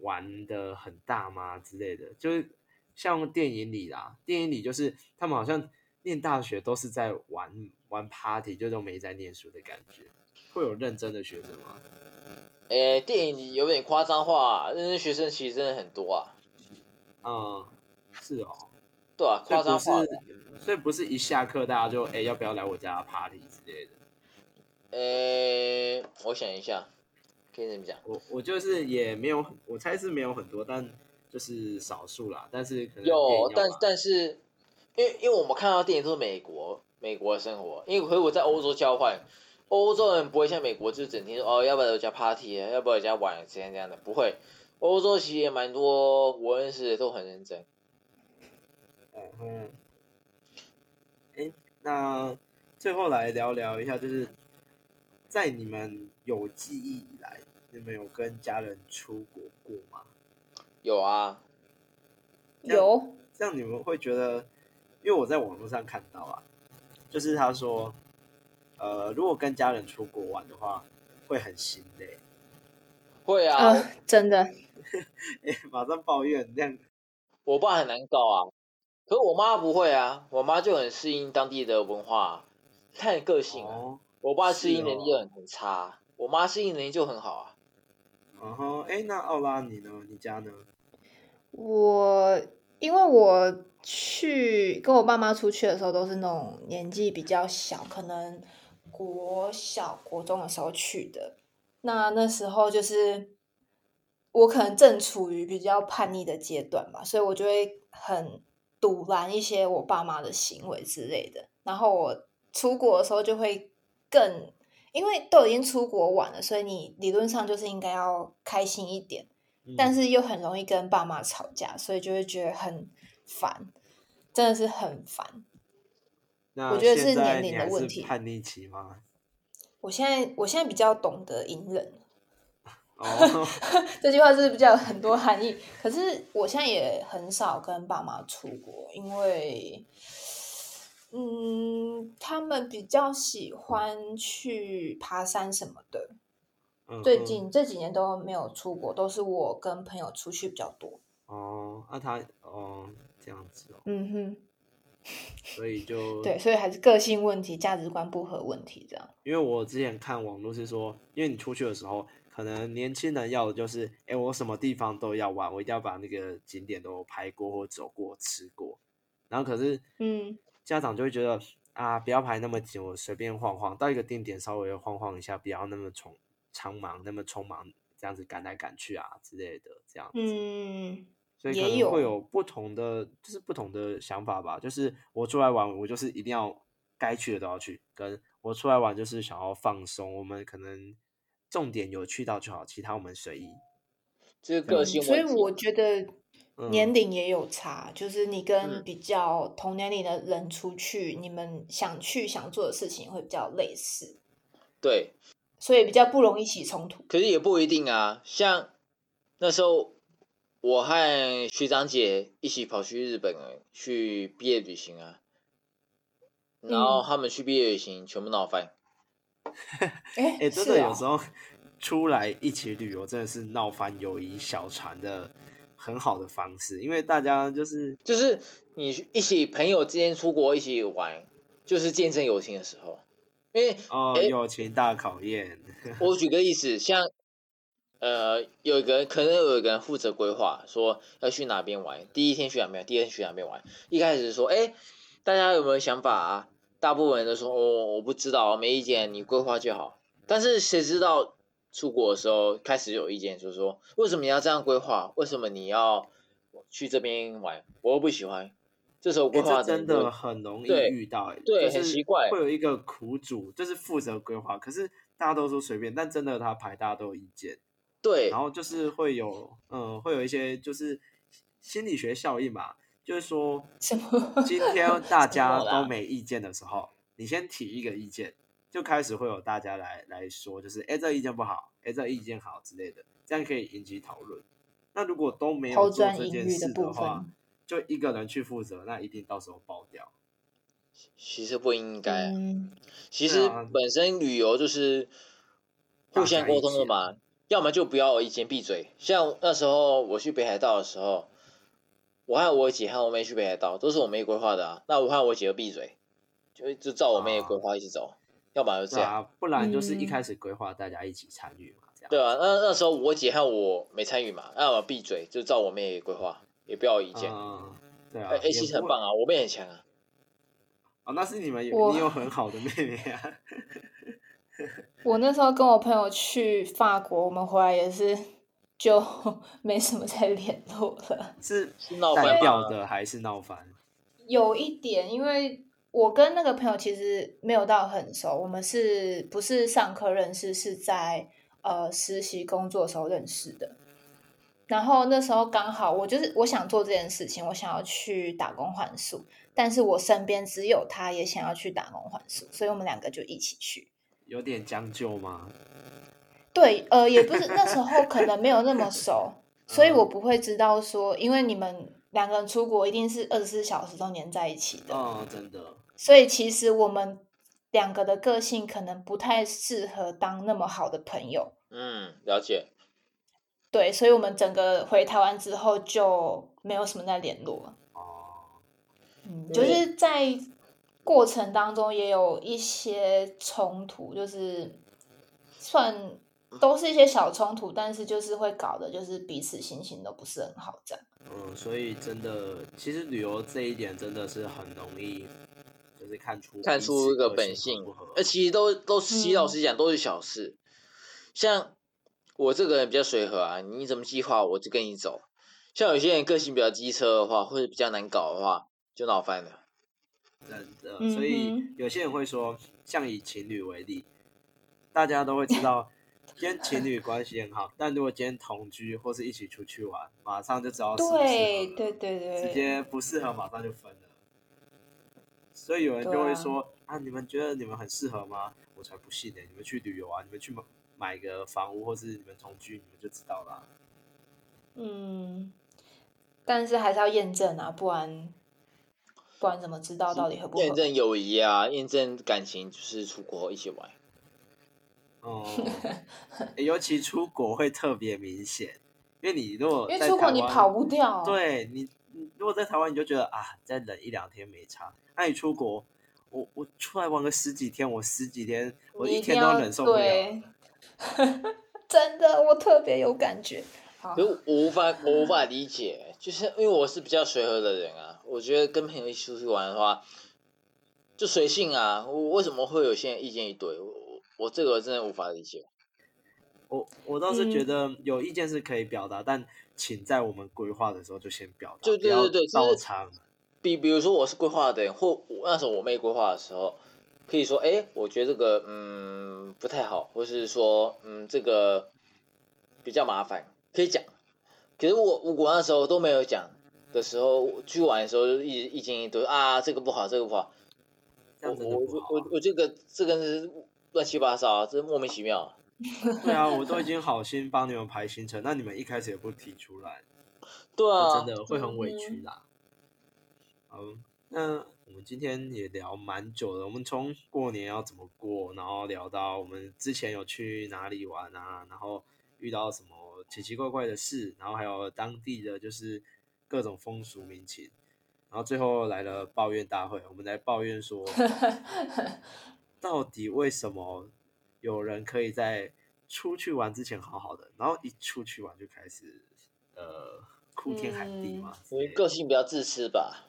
A: 玩的很大吗之类的？就是像电影里啦，电影里就是他们好像念大学都是在玩玩 party，就都没在念书的感觉。会有认真的学生吗？
C: 诶，电影里有点夸张化、认真学生其实真的很多啊，
A: 嗯，是哦，
C: 对啊，
A: 所以
C: 夸
A: 不
C: 张化的，
A: 是，所以不是一下课大家就哎、要不要来我家 party 之类的。
C: 诶，我想一下，可以怎么讲？
A: 我我就是也没有很，我猜是没有很多，但就是少数啦。但是可能电影要，
C: 有但
A: 把
C: 但是，因为因为我们看到电影都是美国美国的生活，因为回我在欧洲交换，欧洲人不会像美国就是整天说哦，要不要有家 party，啊要不要有家玩，这样这样的，不会。欧洲其实也蛮多我认识的都很认真，
A: 嗯，哎，那最后来聊聊一下，就是在你们有记忆以来，你们有跟家人出国过吗？
C: 有啊，
A: 这样
B: 有
A: 这样你们会觉得，因为我在网络上看到啊，就是他说，呃，如果跟家人出国玩的话，会很心累。
C: 会啊，
B: 啊、真的
A: 哎，马上抱怨这样，
C: 我爸很难搞啊，可是我妈不会啊，我妈就很适应当地的文化啊，看个性啊。
A: 哦，
C: 我爸
A: 是
C: 适应能力
A: 哦
C: 就很很差啊，我妈适应能力就很好啊。
A: 然后哎，那奥拉你呢？你家呢？
B: 我，因为我去跟我爸妈出去的时候，都是那种年纪比较小，可能国小、国中的时候去的。那那时候就是我可能正处于比较叛逆的阶段吧，所以我就会很阻拦一些我爸妈的行为之类的。然后我出国的时候就会更，因为都已经出国玩了，所以你理论上就是应该要开心一点。但是又很容易跟爸妈吵架，所以就会觉得很烦，真的是很烦。
A: 那
B: 我觉得是
A: 现在
B: 年龄
A: 你
B: 的
A: 还
B: 问
A: 是
B: 题
A: 叛逆期吗？
B: 我现在我现在比较懂得隐忍，
A: 哦，
B: 这句话是比较有很多含义。可是我现在也很少跟爸妈出国，因为，嗯，他们比较喜欢去爬山什么的。
A: 嗯
B: 最
A: 嗯
B: 近这几年都没有出国，都是我跟朋友出去比较多。
A: 哦，那、他哦这样子哦，
B: 嗯哼，
A: 所以就
B: 对，，所以还是个性问题、价值观不合问题这样。
A: 因为我之前看网络是说，因为你出去的时候，可能年轻人要的就是，哎、我什么地方都要玩，我一定要把那个景点都拍过或走过、吃过，然后可是
B: 嗯，
A: 家长就会觉得啊，不要排那么紧，我随便晃晃，到一个定点稍微晃晃一下，不要那么匆匆忙，那么匆忙这样子赶来赶去啊之类的，这样子。
B: 嗯，
A: 所以
B: 也
A: 可能会
B: 有
A: 有不同的，就是不同的想法吧。就是我出来玩，我就是一定要该去的都要去，跟我出来玩就是想要放松，我们可能重点有去到就好，其他我们随意。
C: 就是个
B: 嗯
C: 性
B: 所以
C: 问题。
B: 我觉得
A: 嗯
B: 年龄也有差，就是你跟
C: 嗯
B: 比较同年龄的人出去，你们想去想做的事情会比较类似，
C: 对，
B: 所以比较不容易起冲突。
C: 可是也不一定啊。像那时候，我和学长姐一起跑去日本欸去毕业旅行啊，然后
B: 嗯
C: 他们去毕业旅行全部闹翻。
B: 哎、
A: 哎、真
B: 是
A: 的
B: 啊、
A: 有时候出来一起旅游，真的是闹翻友谊小船的很好的方式，因为大家就是
C: 就是你去一起朋友之间出国一起玩，就是见证友情的时候。因为
A: 哦、
C: 哎
A: 友情大考验。
C: 我举个例子，像呃，有一个人可能有一个人负责规划，说要去哪边玩，第一天去哪边，第二天去哪边玩。一开始说，哎，大家有没有想法啊？大部分人都说，哦，我不知道，没意见，你规划就好。但是谁知道出国的时候开始有意见，就说为什么你要这样规划？为什么你要去这边玩？我又不喜欢。这时候
A: 欸
C: 规划
A: 这
C: 的人
A: 真
C: 就
A: 的很容易
C: 对
A: 遇到、欸，
C: 对
A: 就是
C: 很奇怪
A: 会有一个苦主，就是负责规划，可是大家都说随便，但真的他排大家都有意见，
C: 对
A: 然后就是会有，嗯，会有一些就是心理学效应吧，就是说
B: 什么？
A: 今天大家
C: 什么啦
A: 都没意见的时候，你先提一个意见，就开始会有大家来来说，就是哎、欸这意见不好，哎、这意见好之类的，这样可以引起讨论。那如果都没有
B: 抛
A: 做
B: 砖
A: 这
B: 引
A: 件
B: 玉的
A: 事
B: 部
A: 话
B: 分，
A: 就一个人去负责，那一定到时候爆掉。
C: 其实不应该啊、
B: 嗯，
C: 其
A: 对
C: 实
A: 啊
C: 本身旅游就是互相沟通的嘛，要么就不要有意见闭嘴。像那时候我去北海道的时候，我和我姐和我妹去北海道，都是我妹规划的啊。那我和我姐就闭嘴，就就照我妹的规划一起走，要么就这
A: 对
C: 样。
A: 啊啊，不然就是一
B: 嗯
A: 开始规划大家一起参与嘛，这样。
C: 对啊，那那时候我姐和我没参与嘛，那我闭嘴，就照我妹规划，也不要有意见。
A: 嗯，对啊
C: 哎、
A: 也
C: 其
A: 不
C: 实很
A: 会
C: 棒啊，我妹很强啊。
A: 哦，那是你们有
B: 我
A: 你有很好的妹妹啊，
B: 我那时候跟我朋友去法国，我们回来也是就 没什么再联络了。
A: 是
C: 是闹
A: 单
C: 翻
A: 调
C: 吗？
A: 的还是闹翻？
B: 有一点，因为我跟那个朋友其实没有到很熟，我们是不是上课认识，是在呃实习工作的时候认识的。然后那时候刚好我就是我想做这件事情，我想要去打工换宿，但是我身边只有他也想要去打工换宿，所以我们两个就一起去。
A: 有点将就吗？
B: 对，呃，也不是那时候可能没有那么熟，所以我不会知道说，因为你们两个人出国一定是二十四小时都黏在一起的，
A: 哦，真的，
B: 所以其实我们两个的个性可能不太适合当那么好的朋友。
C: 嗯，了解。
B: 对，所以我们整个回台湾之后就没有什么再联络了。
A: 哦，
B: 嗯，就是在过程当中也有一些冲突，就是算都是一些小冲突，但是就是会搞的，就是彼此心情都不是很好，这样。
A: 嗯，所以真的，其实旅游这一点真的是很容易，就是看出
C: 看
A: 彼
C: 出
A: 此
C: 一个
A: 个
C: 本
A: 性合
C: 性
A: 不合，
C: 那呃其实都都，其实老
B: 嗯
C: 实讲都是小事。像我这个人比较随和啊，你怎么计划我就跟你走。像有些人个性比较机车的话，或者比较难搞的话，就闹翻了。
A: 真的。所以
B: 嗯
A: 有些人会说，像以情侣为例，大家都会知道，今天情侣关系很好，但如果今天同居或是一起出去玩，马上就知道适哦不适合
B: 对
A: 了
B: 对对
A: 直
B: 对，
A: 接不适合马上就分了。所以有人就会说啊你们觉得你们很适合吗？我才不信呢、你们去旅游啊，你们去买买个房屋，或是你们同居，你们就知道啦。
B: 嗯，但是还是要验证啊，不然不然怎么知道到底合不合？
C: 验证友谊啊，验证感情，就是出国后一起玩。
A: 哦、欸尤其出国会特别明显，因为你如果
B: 因为
A: 在
B: 出国
A: 台
B: 你
A: 湾
B: 跑不掉，，
A: 对你，你如果在台湾，你就觉得啊，再忍一两天没差。那你出国，我我出来玩个十几天，我十几天，我
B: 你
A: 一
B: 一定
A: 天都
B: 要
A: 忍受不了。
B: 对， 真的，我特别有感觉。好
C: 可，是我无法，我无法理解，就是因为我是比较随和的人啊。我觉得跟朋友一起出去玩的话，就随性啊。我为什么会有些人意见一堆？我我我这个真的无法理解。
A: 我我倒是觉
B: 嗯
A: 得有意见是可以表达，但请在我们规划的时候就先表达，
C: 对
A: 不
C: 对
A: 要
C: 对对，就
A: 到
C: 是
A: 场。
C: 比比如说我是规划的人，或我那时候我妹规划的时候，可以说，哎，我觉得这个嗯不太好，或是说嗯这个比较麻烦，可以讲。可是我我那时候都没有讲的时候，我去玩的时候就一直一经一堆啊，这个不好，这个不好，
A: 这
C: 我
A: 样真的
C: 我
A: 不
C: 我
A: 好啊、
C: 我我这个这个是乱七八糟啊，这莫名其妙。
A: 对啊，我都已经好心帮你们排行程，那你们一开始也不提出来，
C: 对
A: 那
C: 啊
A: 真，的会很委屈啦。嗯，那我们今天也聊蛮久的，我们从过年要怎么过，然后聊到我们之前有去哪里玩啊，然后遇到什么奇奇怪怪的事，然后还有当地的就是各种风俗民情，然后最后来了抱怨大会，我们来抱怨说，到底为什么有人可以在出去玩之前好好的，然后一出去玩就开始呃哭天喊地
B: 嗯
A: 嘛之
C: 我
A: 类的，
C: 个性比较自私吧。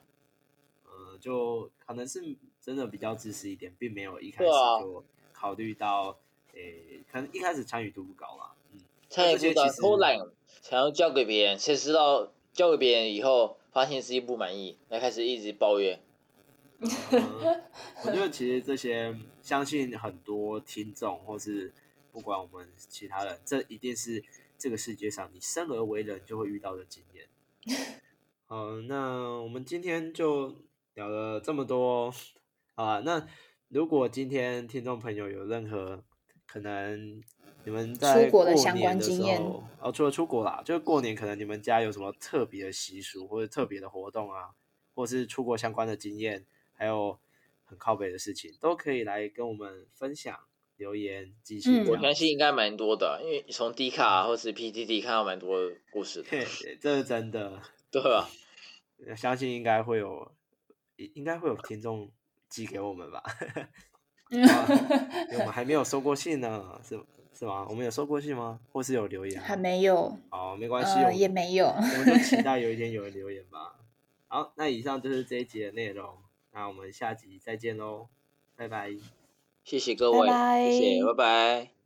A: 呃，就可能是真的比较自私一点，并没有一开始
C: 对啊
A: 就考虑到，诶、可能一开始参与度不高啦。嗯，
C: 他也
A: 这
C: 不知
A: 些
C: 道
A: 其实
C: 偷懒，想要交给别人，谁知道交给别人以后，发现自己不满意，才开始一直抱怨。
A: 呃我觉得其实这些，相信很多听众或是不管我们其他人，这一定是这个世界上你生而为人就会遇到的经验。嗯，那我们今天就聊了这么多啊。那如果今天听众朋友有任何可能，你们在
B: 国的
A: 过
B: 相
A: 年
B: 关
A: 的
B: 经
A: 时
B: 验
A: 候，哦，除了出国啦，就是过年可能你们家有什么特别的习俗或者特别的活动啊，或是出国相关的经验，还有很靠北的事情，都可以来跟我们分享、留言、寄信
B: 嗯
A: 这
C: 我
A: 样
C: 相
A: 子。
C: 信应该蛮多的，因为从 D 卡、啊、或是 PTT 看到蛮多故事的，
A: 嘿，这是真的。
C: 对吧？
A: 呃相信应该会有，应应该会有听众 寄给我们吧？
B: 嗯，
A: 因为我们还没有收过信呢，是是吗？我们有收过去吗？或是有留言吗？啊
B: 还没有，
A: 好，没关系，我
B: 呃，
A: 们
B: 也没有。
A: 我们就 期待有一天有人留言吧。好，那以上就是这一集的内容，那我们下集再见喽，拜拜。
C: 谢谢各
B: 拜
C: 位，
B: 拜
C: 谢谢，拜拜。